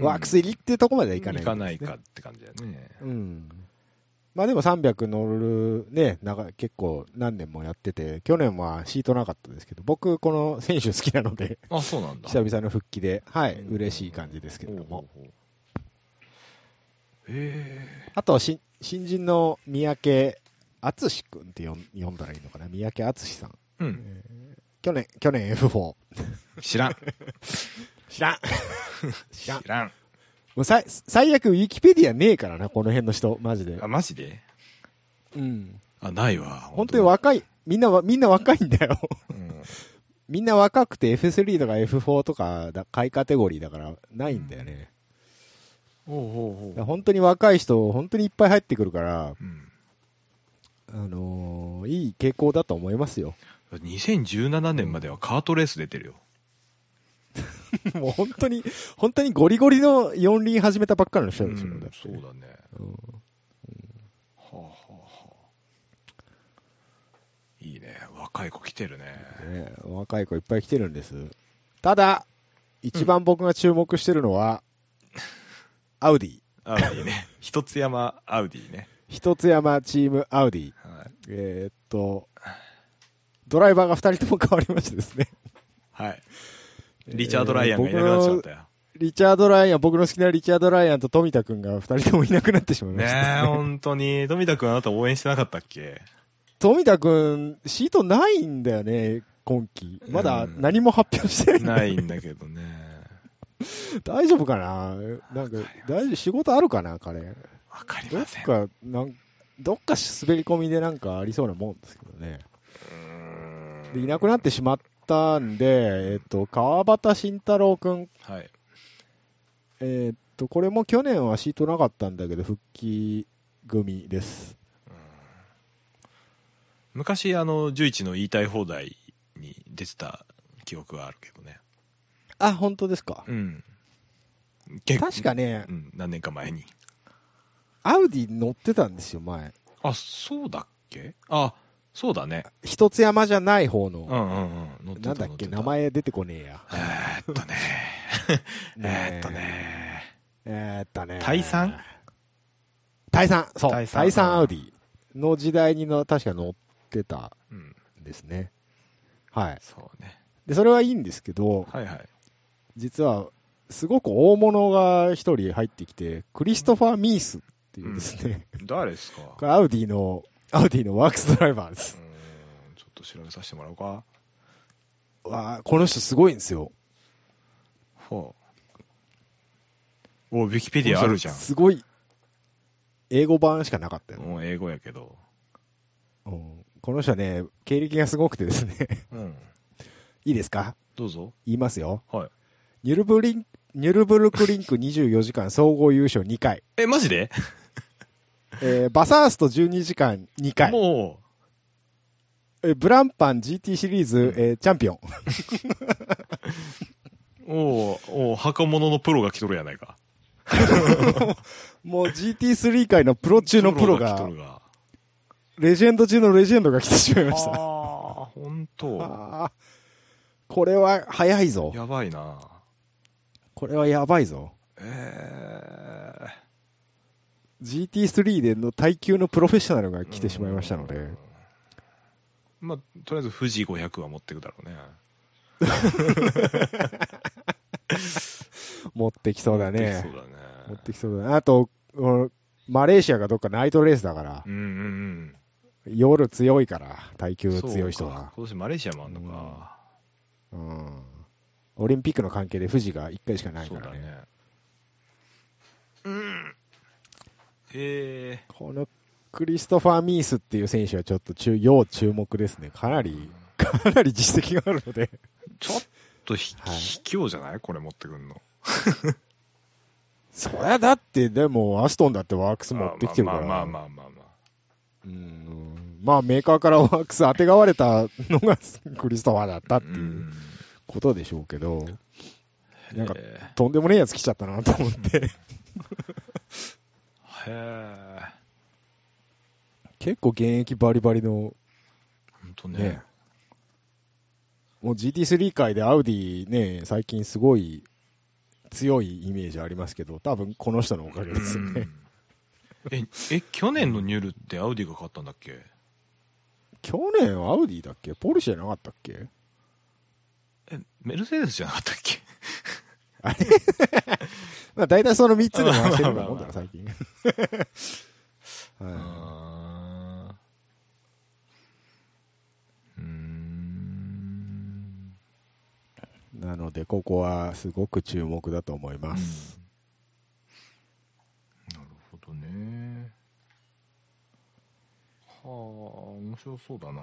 Speaker 1: ワークス入りってとこまではい
Speaker 2: 行
Speaker 1: かない、
Speaker 2: かないか。って感じだよね。
Speaker 1: うん。まあでも300乗るね、長い結構何年もやってて、去年はシートなかったですけど、僕、この選手好きなの で、
Speaker 2: あ、そうなんだ。
Speaker 1: 久々の復帰で、はい、
Speaker 2: うん
Speaker 1: 嬉しい感じですけれども。
Speaker 2: ほうほうほう。へえ。
Speaker 1: あと新、新人の三宅淳君って呼ん呼んだらいいのかな、三宅淳さん。
Speaker 2: うん。
Speaker 1: 去年、去年 F4。
Speaker 2: 知らん。
Speaker 1: 知らん 知らん。
Speaker 2: 知らん。
Speaker 1: もう最最悪、ウィキペディアねえからな、この辺の人、マジで
Speaker 2: あ、。マジで
Speaker 1: うん。
Speaker 2: あ、ないわ。
Speaker 1: 本当に若い、みんなわ、みんな若いんだよ。
Speaker 2: うん
Speaker 1: みんな若くて F3 とか F4 とかだ、買いカテゴリーだから、ないんだよね。
Speaker 2: ほうほ
Speaker 1: だ
Speaker 2: う
Speaker 1: から
Speaker 2: ほ
Speaker 1: 本当に若い人、本当にいっぱい入ってくるから、
Speaker 2: う。うん。
Speaker 1: あのーいい傾向だと思います よ。
Speaker 2: 2017年まではカートレース出てるよ。
Speaker 1: もう本当に、本当にゴリゴリの四輪始めたばっかりの人
Speaker 2: う
Speaker 1: ですよ、だ
Speaker 2: ん
Speaker 1: っ、て
Speaker 2: そうだね。
Speaker 1: うん
Speaker 2: はあはあはあ。いいね。若い子来てるね。
Speaker 1: ねえ若い子いっぱい来てるんですただ一番僕が注目してるのは、アウディ
Speaker 2: アウディね。 一つ山アウディね。
Speaker 1: 一つ山チームアウディ
Speaker 2: はい。
Speaker 1: えーっとドライバーが2人とも変わりましてですね
Speaker 2: はい。リチャード・ライアンがいなくなっちゃったよ。
Speaker 1: リチャード・ライアン僕の好きなリチャード・ライアンと富田君が2人ともいなくなってしまいました、
Speaker 2: ねえ、本当に。富田君あなた応援してなかったっけ
Speaker 1: 富田君シートないんだよね今季まだ何も発表してないん だよね
Speaker 2: ないんだけどね。
Speaker 1: 大丈夫かななんか、大丈夫仕事あるかな彼。
Speaker 2: わかり
Speaker 1: ど
Speaker 2: ま
Speaker 1: っ
Speaker 2: せん。う
Speaker 1: か、なんどっか滑り込みでなんかありそうなもんですけどね。
Speaker 2: ー
Speaker 1: で、
Speaker 2: ん
Speaker 1: いなくなってしまったんで、えっと、川端慎太郎くん、
Speaker 2: はい。
Speaker 1: えっと、これも去年はシートなかったんだけど、復帰組です。
Speaker 2: 昔、あの、11の言いたい放題に出てた記憶はあるけどね。
Speaker 1: あ、本当ですか
Speaker 2: う。ん。結
Speaker 1: 確かね
Speaker 2: う、ん、何年か前に。
Speaker 1: アウディ乗ってたんですよ、前。
Speaker 2: あ、そうだっけあ、そうだね。
Speaker 1: 一つ山じゃない方
Speaker 2: う
Speaker 1: の、
Speaker 2: んうんうん。乗ってた
Speaker 1: なんだっけ、
Speaker 2: 乗てた
Speaker 1: 名前出てこねえや。
Speaker 2: えーっとね。えーっと。ね。
Speaker 1: えーっとね。
Speaker 2: タイサン
Speaker 1: タイサンそう。
Speaker 2: タ
Speaker 1: タ
Speaker 2: イ
Speaker 1: イ
Speaker 2: サン
Speaker 1: サンアウディの時代にの確か乗ってた
Speaker 2: うん、
Speaker 1: んですね。はい。
Speaker 2: そうね。
Speaker 1: で、それはいいんですけど、
Speaker 2: はいはい。
Speaker 1: 実は、すごく大物が一人入ってきて、クリストファー・ミースっていうですね、
Speaker 2: 誰ですかう
Speaker 1: これアウディの、アウディのワークスドライバーで
Speaker 2: ー
Speaker 1: す。
Speaker 2: ん、ちょっと調べさせてもらおうか。
Speaker 1: わあこの人すごいんですよ。
Speaker 2: ほう。おウィキペディアあるじゃん
Speaker 1: この人。すごい、英語版しかなかったよね、
Speaker 2: もう英語やけど。
Speaker 1: うんこの人はね、経歴がすごくてですね、
Speaker 2: うん。
Speaker 1: いいですか
Speaker 2: どうぞ。
Speaker 1: 言いますよ。
Speaker 2: はい。
Speaker 1: ニュルブリン、ニュルブルクリンク24時間総合優勝2回。
Speaker 2: え、マジで、
Speaker 1: えーバサースト12時間2回。
Speaker 2: も
Speaker 1: えーブランパン GT シリーズ、えーチャンピオン。
Speaker 2: う、おう、おう、墓物のプロが来とるやないか。
Speaker 1: もう GT3 界のプロ中のプロ
Speaker 2: 来と
Speaker 1: が
Speaker 2: る、が。
Speaker 1: レジェンド中のレジェンドが来てしまいました。
Speaker 2: ああ、本当。
Speaker 1: あーこれは早いぞ。
Speaker 2: やばいな。
Speaker 1: これはやばいぞ。
Speaker 2: ええ
Speaker 1: GT3 での耐久のプロフェッショナルが来てしまいましたので。
Speaker 2: まあ、とりあえず富士500は持ってくだろうね。
Speaker 1: 持ってきそうだ
Speaker 2: でき
Speaker 1: ね
Speaker 2: そう。だね。
Speaker 1: 持ってきそうだね。あと、このマレーシアがどっかナイトレースだから
Speaker 2: う、んうん
Speaker 1: 夜強いから、耐
Speaker 2: う
Speaker 1: 久
Speaker 2: ん。
Speaker 1: 強い人
Speaker 2: そうか
Speaker 1: は。
Speaker 2: 今年マレーシアもあんのか。
Speaker 1: うんオリンピックの関係で富士が1回しかない
Speaker 2: そ
Speaker 1: か
Speaker 2: う
Speaker 1: ら
Speaker 2: だ
Speaker 1: ね。
Speaker 2: ね。うん。え
Speaker 1: このクリストファー・ミースっていう選手はちょっと注要注目ですね。かなり、かなり実績があるの で。
Speaker 2: ー、ちょっとひ、
Speaker 1: はい
Speaker 2: 卑怯じゃないこれ持ってくんの。
Speaker 1: そりゃだって、でもアストンだってワークス持ってきてるから。
Speaker 2: まあまあまあまあまあまあ。
Speaker 1: うんまあメーカーからワークス当てがわれたのがクリストファーだったって
Speaker 2: う
Speaker 1: いうんことでしょうけど、なんか
Speaker 2: え
Speaker 1: とんでもねえやつ来ちゃったなと思 って。
Speaker 2: ーへえ。
Speaker 1: 結構現役バリバリの
Speaker 2: ほんと
Speaker 1: ね
Speaker 2: ね。
Speaker 1: もう GT3 界でアウディね、最近すごい強いイメージありますけど、多分この人のおかげですよね。
Speaker 2: うんええ去年のニュールってアウディが買ったんだっけ
Speaker 1: 去年アウディだっけポルシェじゃなかったっけ
Speaker 2: えメルセデスじゃなかったっけ
Speaker 1: あれまあ大体その3つで回してるようなもんだな、最近。
Speaker 2: う
Speaker 1: は
Speaker 2: ーんうーん
Speaker 1: い、なので、ここはすごく注目だと思います。
Speaker 2: なるほどねはあ面白そうだな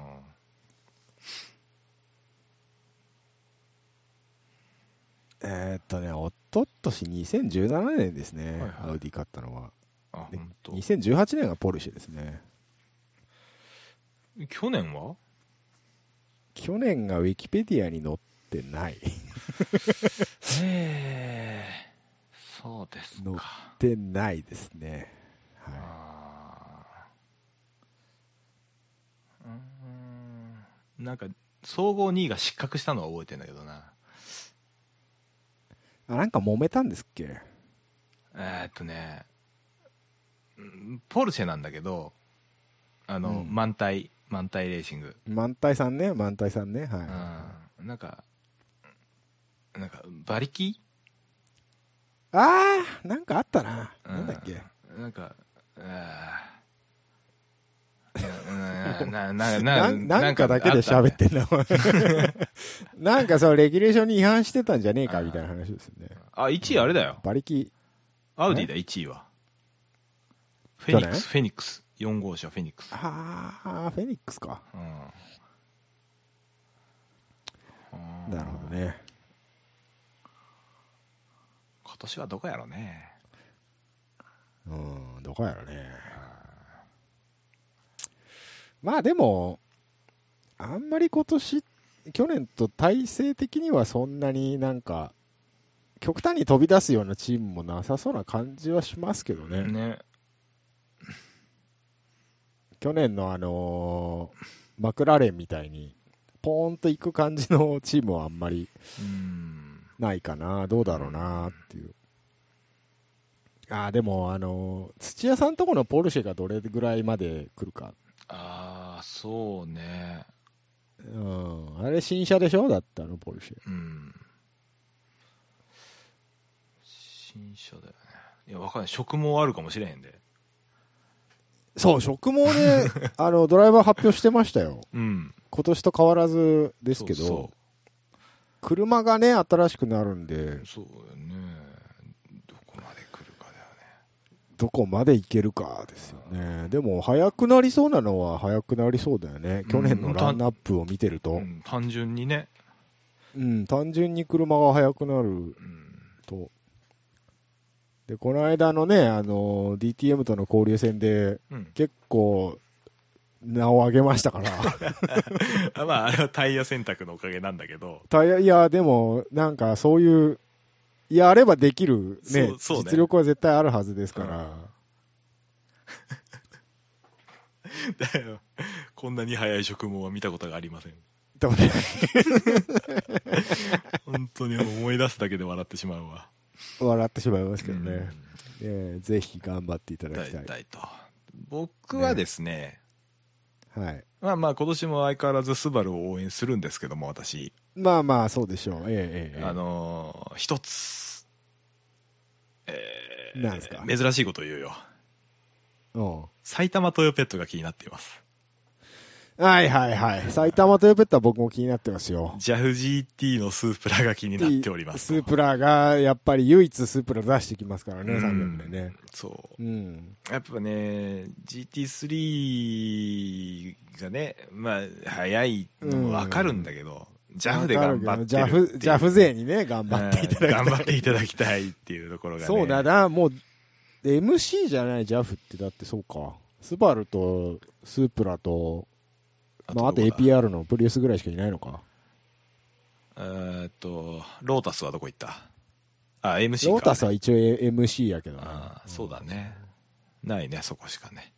Speaker 1: えーっとね、おととし2017年ですね、
Speaker 2: はいはい
Speaker 1: アウディ買ったのは。
Speaker 2: あ
Speaker 1: で
Speaker 2: 本当。
Speaker 1: 2018年がポルシェですね。
Speaker 2: 去年は
Speaker 1: 去年がウィキペディアに載ってない。
Speaker 2: ええそうです
Speaker 1: の
Speaker 2: か
Speaker 1: でないですね。はい、
Speaker 2: あーうーんなんか総合2位が失格したのは覚えてんだけどな
Speaker 1: あなんか揉めたんですっけ
Speaker 2: えーっとねうんポルシェなんだけどあの、
Speaker 1: うん
Speaker 2: 満体満体レーシング、
Speaker 1: 満体さんね、満体さんね。はい。
Speaker 2: うん、なんかなんか馬力
Speaker 1: あー、なんかあったな。
Speaker 2: うん
Speaker 1: なんだっけ
Speaker 2: なんかあーなななな
Speaker 1: なんなんかだけで喋ってんな、お前 なんかそう、レギュレーションに違反してたんじゃねえかみたいな話ですよね。
Speaker 2: あ1位あれだよ
Speaker 1: 馬力、
Speaker 2: アウディだ1位はフェニックスフェニックス4号車フェニックス
Speaker 1: あー、フェニックスか。
Speaker 2: うん
Speaker 1: なるほどね。
Speaker 2: 今年はどこやろね
Speaker 1: うん、どこやろね。まあでも、あんまり今年、去年と体制的にはそんなになんか、極端に飛び出すようなチームもなさそうな感じはしますけどね。
Speaker 2: ね
Speaker 1: 去年のあのーマクラーレンみたいに、ポーンと行く感じのチームはあんまり
Speaker 2: うん
Speaker 1: ないかな、どうだろうなっていう。ああ、でも、あのー土屋さんとこのポルシェがどれぐらいまで来るか。
Speaker 2: ああそうね
Speaker 1: うん、あれ新車でしょだったの、ポルシェ。
Speaker 2: うん新車だよねいやわかんない職毛あるかもしれへんで
Speaker 1: そう、職毛 ね、あの、ドライバー発表してましたよ。
Speaker 2: うん
Speaker 1: 今年と変わらずですけど、
Speaker 2: そ
Speaker 1: 車がね、新しくなるんで
Speaker 2: う、そうそうよねどこまで来るかだよね
Speaker 1: どこまでいけるかですよね。でも、速くなりそうなのは速くなりそうだよね。去年のランナップを見てると、
Speaker 2: うん、単純にね、
Speaker 1: うん、単純に車が速くなる
Speaker 2: うん、
Speaker 1: と。で、この間のね、あの、DTM との交流戦で、
Speaker 2: うん、
Speaker 1: 結構、名を上げましたから。
Speaker 2: あまああれはタイヤ選択のおかげなんだけど
Speaker 1: タイヤいや、でも、なんかそういう、いや、あればできる、ね
Speaker 2: そうそうね
Speaker 1: 実力は絶対あるはずですから、
Speaker 2: だよこんなに早い食毛は見たことがありません
Speaker 1: でもね
Speaker 2: 本当に思い出すだけで笑ってしまうわ
Speaker 1: 笑ってしまいますけどね、えーぜひ頑張っていた
Speaker 2: うん
Speaker 1: だ
Speaker 2: 大
Speaker 1: きたい。
Speaker 2: 体と僕はですね
Speaker 1: はい、
Speaker 2: まあまあ今年も相変わらずスバルを応援するんですけども私、
Speaker 1: まあまあ、そうでしょう、ええええええ
Speaker 2: あのー一つえー
Speaker 1: なんですか
Speaker 2: 珍しいことを言うよ
Speaker 1: うん
Speaker 2: 埼玉トヨペットが気になっています
Speaker 1: はいはいはい、埼玉トヨペットは僕も気になってますよ。
Speaker 2: JAFGT のスープラが気になっております
Speaker 1: スープラがやっぱり唯一スープラ出してきますからね、
Speaker 2: うん
Speaker 1: 300でね。
Speaker 2: そう
Speaker 1: うん、
Speaker 2: やっぱね、GT3 がね、まあ、早いのもわかるんだけど、JAF で頑張っ
Speaker 1: ジ
Speaker 2: てる
Speaker 1: ャ
Speaker 2: っていう
Speaker 1: フジャフ勢にね、頑張っていただきたい。
Speaker 2: うん頑張っていただきたいっていうところがね。
Speaker 1: そうだな、もう、で MC じゃない JAF ってだってそうか。スバルとスープラと、まあ、あと
Speaker 2: どこだ。
Speaker 1: APR のプリウスぐらいしかいないのか。
Speaker 2: えーっと、ロータスはどこ行ったあ、MC か。
Speaker 1: ロータスは一応 MC やけどな
Speaker 2: あ。ーそうだね。ないね、そこしかね。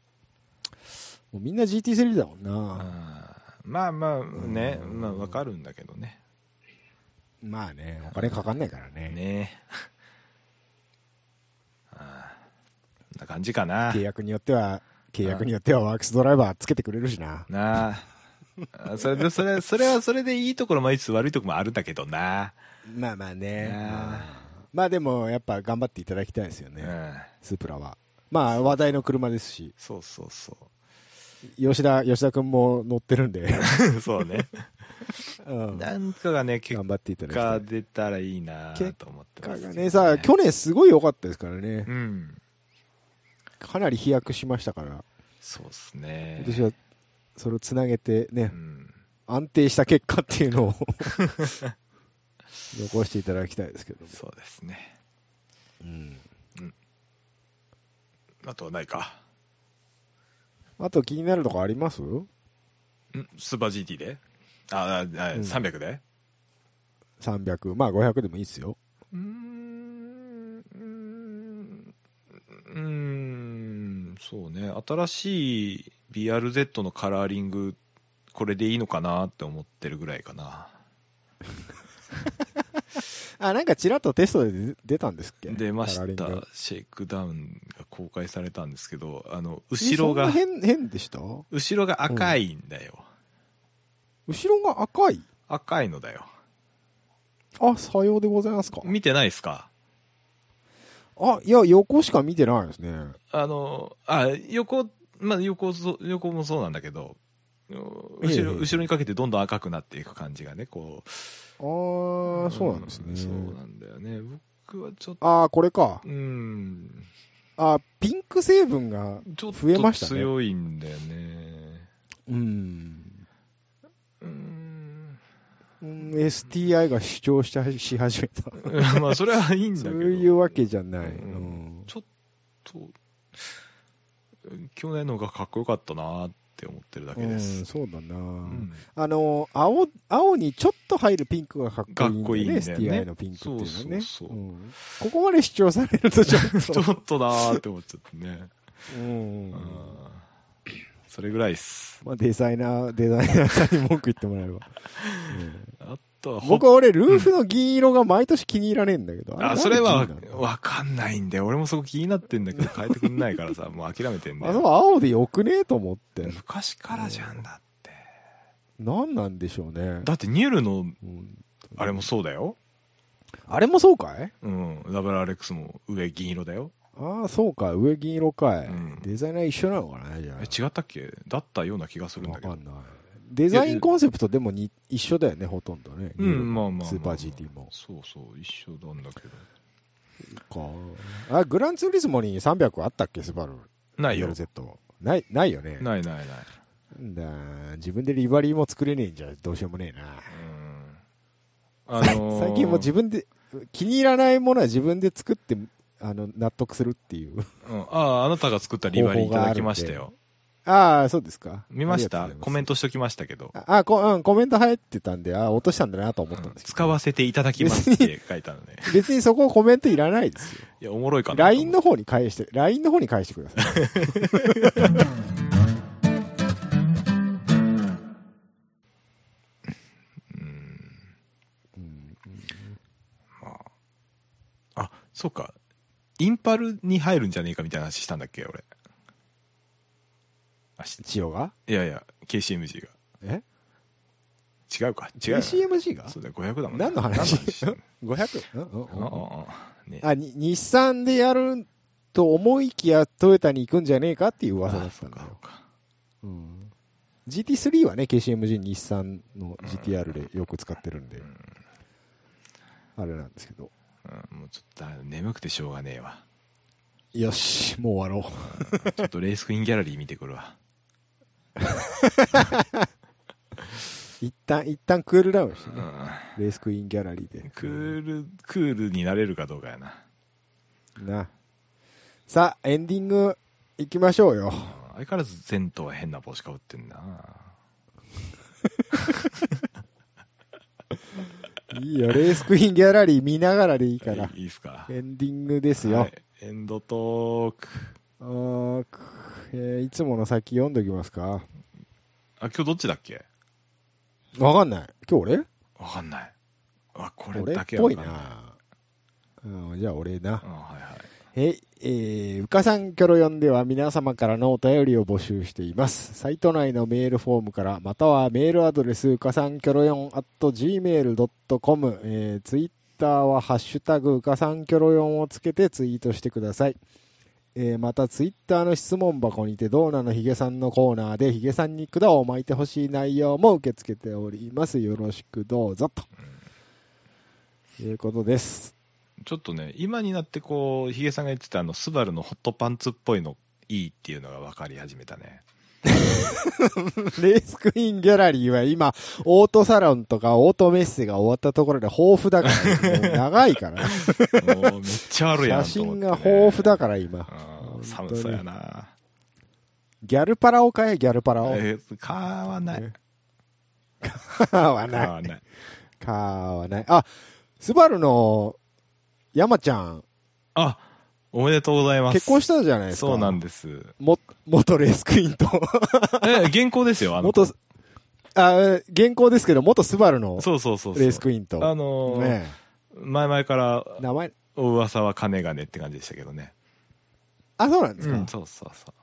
Speaker 1: もうみんな GT3 だもん
Speaker 2: うん
Speaker 1: な。
Speaker 2: まあまあね、まあわかるんだけどね。
Speaker 1: まあね、お金かかんないからね。
Speaker 2: ね んな感じかな
Speaker 1: 契約によっては、契約によってはワークスドライバーつけてくれるしな。
Speaker 2: なああそれでそれそれはそれでいいところもありつつ悪いところもあるんだけどな
Speaker 1: まあまあね
Speaker 2: あ。
Speaker 1: まあでも、やっぱ頑張っていただきたいですよ
Speaker 2: う
Speaker 1: ね、
Speaker 2: ん
Speaker 1: スープラは。まあ話題の車ですし、
Speaker 2: そうそうそ
Speaker 1: 吉田、吉田君も乗ってるん で、
Speaker 2: う そうね
Speaker 1: うん
Speaker 2: なんかがね結
Speaker 1: 頑張っていただきた
Speaker 2: 果
Speaker 1: い。
Speaker 2: 出たらいいなと思ってま
Speaker 1: 結果
Speaker 2: すけど
Speaker 1: がね、さあ、去年すごい良かったですからね。
Speaker 2: うん
Speaker 1: かなり飛躍しましたから、
Speaker 2: そうっすね
Speaker 1: 今年はそれをつなげてね
Speaker 2: う、ん
Speaker 1: 安定した結果っていうのを 残していただきたいですけども、
Speaker 2: そうですね
Speaker 1: うん
Speaker 2: あとはないか
Speaker 1: あと気になるとこあります
Speaker 2: んスーパー GT であああ
Speaker 1: うん
Speaker 2: 300で
Speaker 1: ?300、まあ500でもいいですよ。
Speaker 2: うーんうーんうーんそうね新しい BRZ のカラーリングこれでいいのかなって思ってるぐらいかな
Speaker 1: あ、なんかちらっとテストで出出たんですっけ
Speaker 2: 出まし
Speaker 1: カラーリン
Speaker 2: た
Speaker 1: グ
Speaker 2: シェイクダウンが公開されたんですけどあの後ろ
Speaker 1: え
Speaker 2: が
Speaker 1: そんな変変でした後
Speaker 2: 後ろが赤いんだよ、
Speaker 1: ろが赤い
Speaker 2: 赤いのだよ
Speaker 1: あ、さようでございますか。
Speaker 2: 見てないですか
Speaker 1: あ、いや、横しか見てないですね。
Speaker 2: あのあ横まあ横そ横もそうなんだけど後ろ,、
Speaker 1: ええ
Speaker 2: 後ろにかけてどんどん赤くなっていく感じがねこう
Speaker 1: あー、そうなんですね。
Speaker 2: そうなんだよね僕はちょっと
Speaker 1: あー、これか。
Speaker 2: うん
Speaker 1: あ、ピンク成分が、
Speaker 2: ちょっ
Speaker 1: 増え
Speaker 2: と
Speaker 1: ましたね
Speaker 2: 強いんだよね
Speaker 1: うん、
Speaker 2: うん
Speaker 1: うん STI が主張したし始めた。
Speaker 2: まあそれはいいんだ
Speaker 1: そ
Speaker 2: け
Speaker 1: う
Speaker 2: ど
Speaker 1: いうわけじゃない。う
Speaker 2: う
Speaker 1: んん
Speaker 2: ちょっと去年の方がかっこよかったなって思ってるだけで
Speaker 1: うん
Speaker 2: す、
Speaker 1: そうだな、
Speaker 2: うん
Speaker 1: あの青青にちょっと入るピンクがかっこいいんだよね
Speaker 2: かっこいいんだよね
Speaker 1: STI のピンクっていうのはね
Speaker 2: そうそうそうん
Speaker 1: ここまで主張されるとちょっと
Speaker 2: ちょっとなーって思っちゃってね、
Speaker 1: うん
Speaker 2: うんそれぐらいっす
Speaker 1: まあ、デザイナーデザイナーさんに文句言ってもらえば、
Speaker 2: あとは
Speaker 1: うん僕は俺ルーフの銀色が毎年気に入らねえんだけど、れ
Speaker 2: あそれ
Speaker 1: な
Speaker 2: は
Speaker 1: んで気になるの
Speaker 2: わかんないんだよ俺もそこ気になってんだけど変えてくんないからさもう諦めてんだ
Speaker 1: あ
Speaker 2: よ
Speaker 1: の青でよくねえと思って
Speaker 2: 昔からじゃんだって
Speaker 1: 何なんでしょうね
Speaker 2: だってニュールの
Speaker 1: うん
Speaker 2: あれもそうだよ
Speaker 1: あれもそうかい
Speaker 2: うん、WRX も上銀色だよ
Speaker 1: ああそうか上銀色かい、
Speaker 2: うん
Speaker 1: デザイナー一緒なのかなじゃあ
Speaker 2: え違ったっけだったような気がするん
Speaker 1: わ
Speaker 2: だけ
Speaker 1: か
Speaker 2: ど
Speaker 1: んない。デザインコンセプトでもに一緒だよね、ほとんどね。
Speaker 2: うんまあまあまあ
Speaker 1: スーパー GT も。
Speaker 2: そうそう一緒なんだけど
Speaker 1: かあ、グランツーリスモに300あったっけ、スバル。
Speaker 2: ないよ
Speaker 1: BRZ ない、ないよね。
Speaker 2: ないないない
Speaker 1: んだ、自分でリバリーも作れねえんじゃどうしようもねえな。
Speaker 2: うんあのー
Speaker 1: 最近もう自分で、気に入らないものは自分で作って、あの、納得するっていう。
Speaker 2: うん、あああなたが作ったリバリーいただきました
Speaker 1: 方
Speaker 2: よ
Speaker 1: ああ、そうですか。
Speaker 2: 見ました
Speaker 1: ありがとうございす
Speaker 2: コメントしときましたけど、
Speaker 1: ああこ、うん、コメント入ってたんで、ああ、落としたんだなと思ったんですけど。
Speaker 2: 使わせていただきますって書いたのね
Speaker 1: 別にそこコメントいらないですよ。
Speaker 2: いやおもろいかなと思って
Speaker 1: LINE の方に返して、LINE の方に返してください。
Speaker 2: うん
Speaker 1: うん
Speaker 2: あそうかインパルに入るんじゃねえかみたいな話したんだっけ俺あし
Speaker 1: 千代が
Speaker 2: いやいや KCMG が
Speaker 1: え
Speaker 2: 違うか違うよ
Speaker 1: ?CMG が
Speaker 2: そうだよ500だもん
Speaker 1: 何の話
Speaker 2: してんの
Speaker 1: ?500? うんうん
Speaker 2: あ
Speaker 1: うん
Speaker 2: ああね
Speaker 1: あ、に日産でやると思いきやトヨタに行くんじゃねえかっていう噂だ
Speaker 2: あ
Speaker 1: った
Speaker 2: そうんか
Speaker 1: だ
Speaker 2: そう
Speaker 1: よ。
Speaker 2: か
Speaker 1: うん GT3 はね、KCMG 日産の GTR でよく使ってるんで、あれなんですけど。
Speaker 2: うんもうちょっとあ眠くてしょうがねえわ
Speaker 1: よし、もう終わろう。
Speaker 2: ちょっとレースクイーンギャラリー見てく るわ
Speaker 1: 一旦、一旦クールダウンして
Speaker 2: う
Speaker 1: ね、
Speaker 2: ん
Speaker 1: レースクイーンギャラリーで。
Speaker 2: クールクールになれるかどうかやな
Speaker 1: な。さあ、エンディング行きましょうよ。
Speaker 2: 相変わらず前頭は変な帽子かぶってんない
Speaker 1: いよ、レースクイーンギャラリー見ながらでいいから。
Speaker 2: いいっすか
Speaker 1: エンディングですよ。
Speaker 2: はいエンドトーク
Speaker 1: あーくえーいつもの先読んできますか
Speaker 2: あ今日どっちだっけ
Speaker 1: わかんない。今日俺
Speaker 2: わかんないあこれ
Speaker 1: 俺
Speaker 2: だけ
Speaker 1: っ
Speaker 2: は
Speaker 1: ぽ
Speaker 2: わ
Speaker 1: い
Speaker 2: かんない
Speaker 1: な。うん、じゃあ俺な
Speaker 2: あ。はいはい
Speaker 1: はい、えー、うかさんキョロヨンでは皆様からのお便りを募集しています。サイト内のメールフォームから、またはメールアドレス、うかさんキョロヨン at gmail.com、えー、ツイッターはハッシュタグ、うかさんキョロヨンをつけてツイートしてください。えーまた、ツイッターの質問箱にて、ドーナのヒゲさんのコーナーで、ヒゲさんに管を巻いてほしい内容も受け付けております。よろしくどうぞ、ということです。
Speaker 2: ちょっとね今になってこうヒゲさんが言ってたあのスバルのホットパンツっぽいのいいっていうのが分かり始めたね
Speaker 1: レースクイーンギャラリーは今、オートサロンとかオートメッセが終わったところで豊富だから、もう長いから、
Speaker 2: もうめっちゃあるやん
Speaker 1: 写
Speaker 2: と思っ
Speaker 1: 真
Speaker 2: て、ね、
Speaker 1: が豊富だから今。
Speaker 2: うん寒そうやな
Speaker 1: ギャルパラを買え、ギャルパラを。
Speaker 2: えー買わない
Speaker 1: 買わ
Speaker 2: 買
Speaker 1: ない。
Speaker 2: わない
Speaker 1: 買わない。あ、スバルの山ちゃん、
Speaker 2: あおめでとうございます
Speaker 1: 結婚
Speaker 2: し
Speaker 1: したじゃないですか。
Speaker 2: そうなん
Speaker 1: す。
Speaker 2: です
Speaker 1: も、元レースクイーンと、
Speaker 2: え現行ですよあの
Speaker 1: 元、あ、現行ですけど、元スバルの
Speaker 2: そうそうそうそう
Speaker 1: レースクイーンと。
Speaker 2: あのー
Speaker 1: ね
Speaker 2: 前々から
Speaker 1: え名前、
Speaker 2: 噂は金がねって感じでしたけどね
Speaker 1: あ、そうなんです
Speaker 2: う
Speaker 1: か。
Speaker 2: んそうそうそ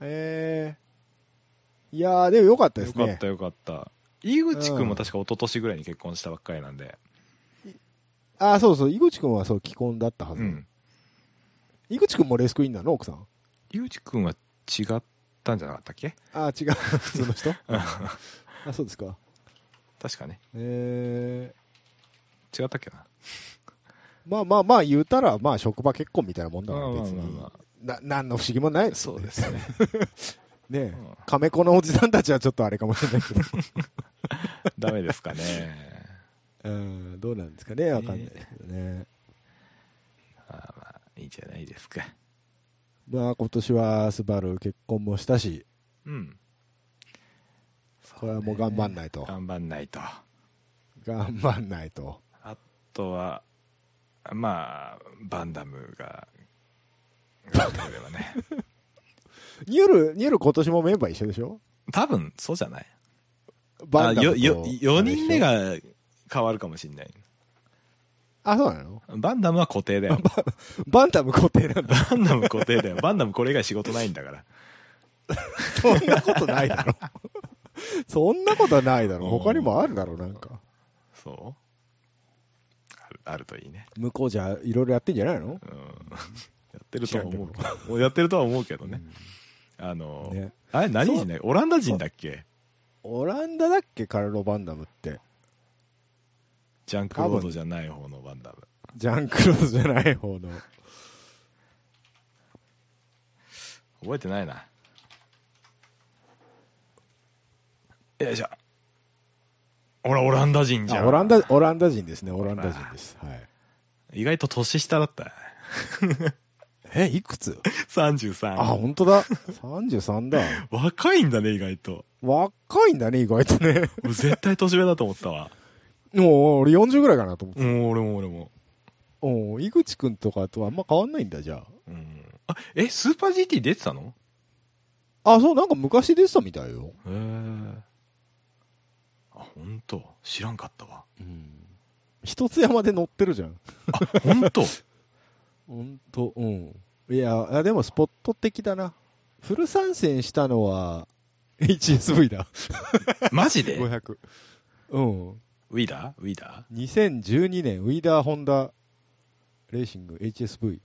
Speaker 1: えー、いやー、でもよかった
Speaker 2: う
Speaker 1: で
Speaker 2: よ
Speaker 1: す
Speaker 2: か
Speaker 1: ね。
Speaker 2: ったよかった井口君も確か一昨年ぐらいに結婚したばっかりなんで
Speaker 1: あー、そうそう、井口くんはそう、既婚だったは
Speaker 2: う
Speaker 1: ず。
Speaker 2: ん
Speaker 1: 井口くんもレースクイーンなの奥さん。
Speaker 2: 井口君は違ったんじゃなかったっけ
Speaker 1: あー、違う。 普通の 人あ、そうですか。
Speaker 2: 確かね
Speaker 1: え
Speaker 2: 違ったっけな
Speaker 1: ー、まあまあまあ言うたら、まあ職場結婚みたいなもんだから、
Speaker 2: まあまあ
Speaker 1: 別に。
Speaker 2: まあまあ
Speaker 1: な、なんの不思議もないです
Speaker 2: そ
Speaker 1: よ
Speaker 2: う
Speaker 1: ね。
Speaker 2: ですね
Speaker 1: ねえ
Speaker 2: うん
Speaker 1: カメ子のおじさんたちはちょっとあれかもしれない けど。
Speaker 2: ダメですかね
Speaker 1: うん、どうなんですかねわかんないですけどね。
Speaker 2: まあまあいいじゃないですか
Speaker 1: まあ今年はスバル結婚もしたし、
Speaker 2: うん
Speaker 1: これはもう頑張んないと。
Speaker 2: 頑張んないと
Speaker 1: 頑張んないと。
Speaker 2: あとはまあバンダムが頑張れば ね
Speaker 1: ニュール、ニュール今年もメンバー一緒でしょ
Speaker 2: 多分そうじゃない
Speaker 1: バンダム
Speaker 2: あ
Speaker 1: と
Speaker 2: よよ4人目。が変わるかもしれない
Speaker 1: あ、そうなの
Speaker 2: バンダムは固定だよ
Speaker 1: バンダム固定なんだ。
Speaker 2: バンダム固定だよバンダムこれ以外仕事ないんだから
Speaker 1: そんなことないだろ。 そんなことはないだろ。
Speaker 2: うん
Speaker 1: 他にもあるだろ、なんか。
Speaker 2: そうあるあるといいね
Speaker 1: 向こうじゃいろいろやってんじゃないの
Speaker 2: うん やってるとは思う
Speaker 1: 知らん
Speaker 2: もう やってるとは思うけどね、あの、
Speaker 1: ね
Speaker 2: あれ何人だっけオランダ人だっけ
Speaker 1: オランダだっけカルロ・バンダムって。
Speaker 2: ジャンクロードじゃない方のバンダム
Speaker 1: ジャンクローズじゃない方の。
Speaker 2: 覚えてないなよいしょほらオランダ人じゃ
Speaker 1: あ
Speaker 2: ん
Speaker 1: オランダ、オランダ人ですね、オランダ人です。はい。
Speaker 2: 意外と年下だったね
Speaker 1: え、いくつあ、
Speaker 2: 33
Speaker 1: 本当だ。33だ。
Speaker 2: 若いんだね意外と
Speaker 1: 若いんだね、意外とね。
Speaker 2: 俺絶対年上だと思ってた わ
Speaker 1: もう、俺40ぐらいかなと思って。
Speaker 2: うん俺も俺も
Speaker 1: うん、井口くんとかとはあんま変わんないんだ、じゃあ。
Speaker 2: うんあえスーパー GT 出てたの
Speaker 1: あ、そう、なんか昔でしたみたいよ。
Speaker 2: へえあ本当知らんかったわ
Speaker 1: うん。一つ山で乗ってるじゃん。
Speaker 2: あ本 当
Speaker 1: ほんと、うん。いや、あでもスポット的だな。フル参戦したのは、HSV だ。
Speaker 2: マジで
Speaker 1: 500。うん。
Speaker 2: ウィダーウィダ
Speaker 1: 2012年、ウィダーホンダレーシング HSV。
Speaker 2: ー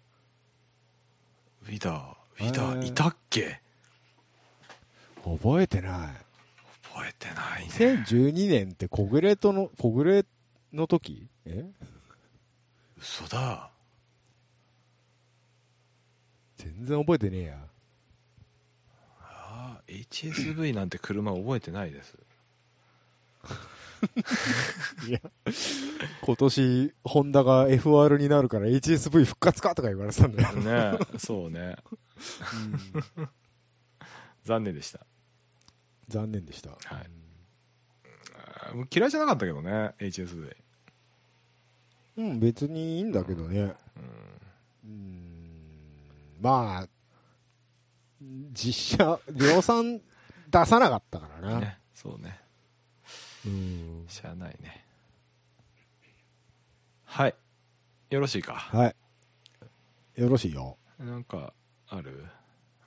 Speaker 2: ウィダーウィダ
Speaker 1: へ
Speaker 2: ー
Speaker 1: え
Speaker 2: いたっけ
Speaker 1: 覚えてない。
Speaker 2: 覚えてないね
Speaker 1: 2012年って小暮との、小暮の時え
Speaker 2: 嘘だ
Speaker 1: 全然覚えてねえや。
Speaker 2: あー HSV なんて車覚えてないです
Speaker 1: いや、今年、ホンダが FR になるから HSV 復活かとか言われてたんだよ。
Speaker 2: ねそうね残念でした
Speaker 1: 残念でした。
Speaker 2: はいあー嫌いじゃなかったけどね HSV
Speaker 1: うん、別にいいんだけどね。
Speaker 2: うん
Speaker 1: うん、まあ、実写、量産出さなかったからな。
Speaker 2: ねそうね
Speaker 1: うん。
Speaker 2: しゃあないねはいよろしいか
Speaker 1: はい。よろしいよ。
Speaker 2: なんかある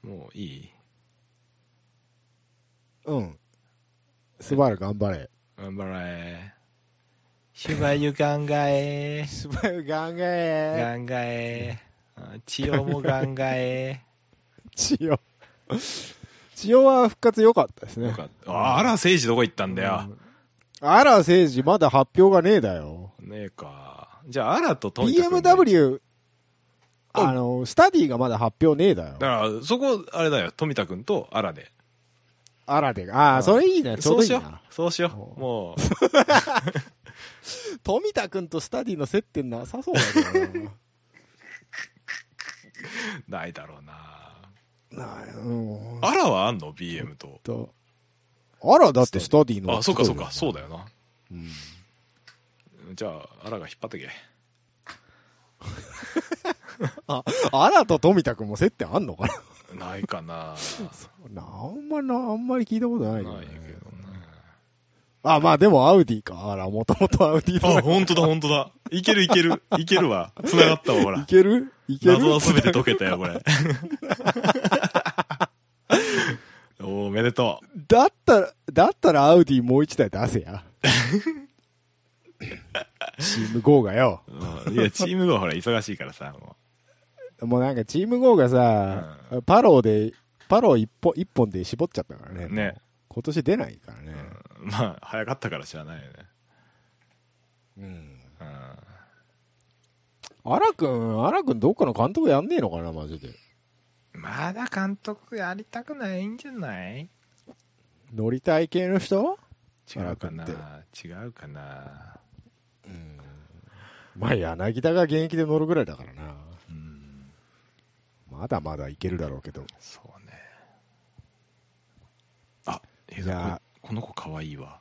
Speaker 2: もういい
Speaker 1: うん。スバル頑張れ。
Speaker 2: 頑張れ芝居考 え
Speaker 1: スバル頑張れ。
Speaker 2: 考えあ千代も考え
Speaker 1: 千代。千代は復活良かったですね。
Speaker 2: よかったああら誠治どこ行ったんだよ、
Speaker 1: うんあら、誠治、まだ発表がねえだよ。
Speaker 2: ねえかじゃああらとトミタ君で
Speaker 1: BMW、あの、スタディがまだ発表ねえだよ
Speaker 2: だ。からそこあれだよ富田君とあらで
Speaker 1: あらで。ああ、それいいね。ちょうど
Speaker 2: そう
Speaker 1: いい
Speaker 2: しよう
Speaker 1: な。
Speaker 2: そうしようもう
Speaker 1: 富田君とスタディの接点なさそうだけど
Speaker 2: ないだろうな
Speaker 1: な。なあ、うん。
Speaker 2: あらはあんの BM と
Speaker 1: と。 あら、だってスタディの。
Speaker 2: あそうかそうかそうだよな
Speaker 1: うん。
Speaker 2: じゃああらが引っ張ってけ
Speaker 1: あ、あらと富田君も接点あんのか
Speaker 2: ないか な
Speaker 1: な なあんまな、あんまり聞いたことな
Speaker 2: ないい
Speaker 1: けどね
Speaker 2: けどな
Speaker 1: あ、まあでもアウディか。あら、もともとアウディだ
Speaker 2: あ、本当だ、本当だ。いけるいける。いけるわ。繋がったわ、ほ
Speaker 1: い
Speaker 2: ら。
Speaker 1: けるいける
Speaker 2: 謎は全て解けたよ、これ。 おめでと
Speaker 1: だったら、だったらアウディもう一台出せ や。チーム GO がよ。
Speaker 2: う。うんいや、チームがほら、忙しいからさ、も
Speaker 1: もうなんかチーム GO がさ、パローで、パロー一本一本で絞っちゃったからね。
Speaker 2: う。ね。
Speaker 1: 今年出ないからね。
Speaker 2: うんまあ、早かったから知らないよね。
Speaker 1: うん。
Speaker 2: うん
Speaker 1: アラくん、アラくんどっかの監督やんねえのかな、マジで。
Speaker 2: まだ監督やりたくないんじゃない
Speaker 1: 乗りたい系の人
Speaker 2: 違うかな
Speaker 1: 荒
Speaker 2: 違うかな
Speaker 1: うん。まあ、柳田が現役で乗るぐらいだからな。
Speaker 2: うん。
Speaker 1: まだまだいけるだろうけど。
Speaker 2: そうね。あ、え
Speaker 1: いや
Speaker 2: この子可愛いわ。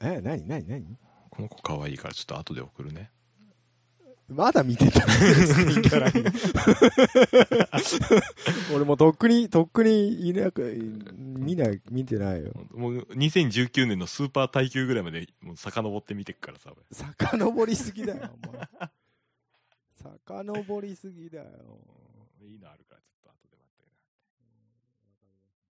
Speaker 1: え、なになになに
Speaker 2: この子可愛いから、ちょっと後で送る ね。
Speaker 1: まだ見てたんですか、インキャラに 俺もうとっくに、とっくにいなく、見ない、見てないよ。
Speaker 2: もう2019年のスーパー耐久ぐらいまでもう遡って見てくからさ、
Speaker 1: 遡りすぎだよ、お前。 遡りすぎだよ。
Speaker 2: 俺。いいのあるから、ちょっと後で待って。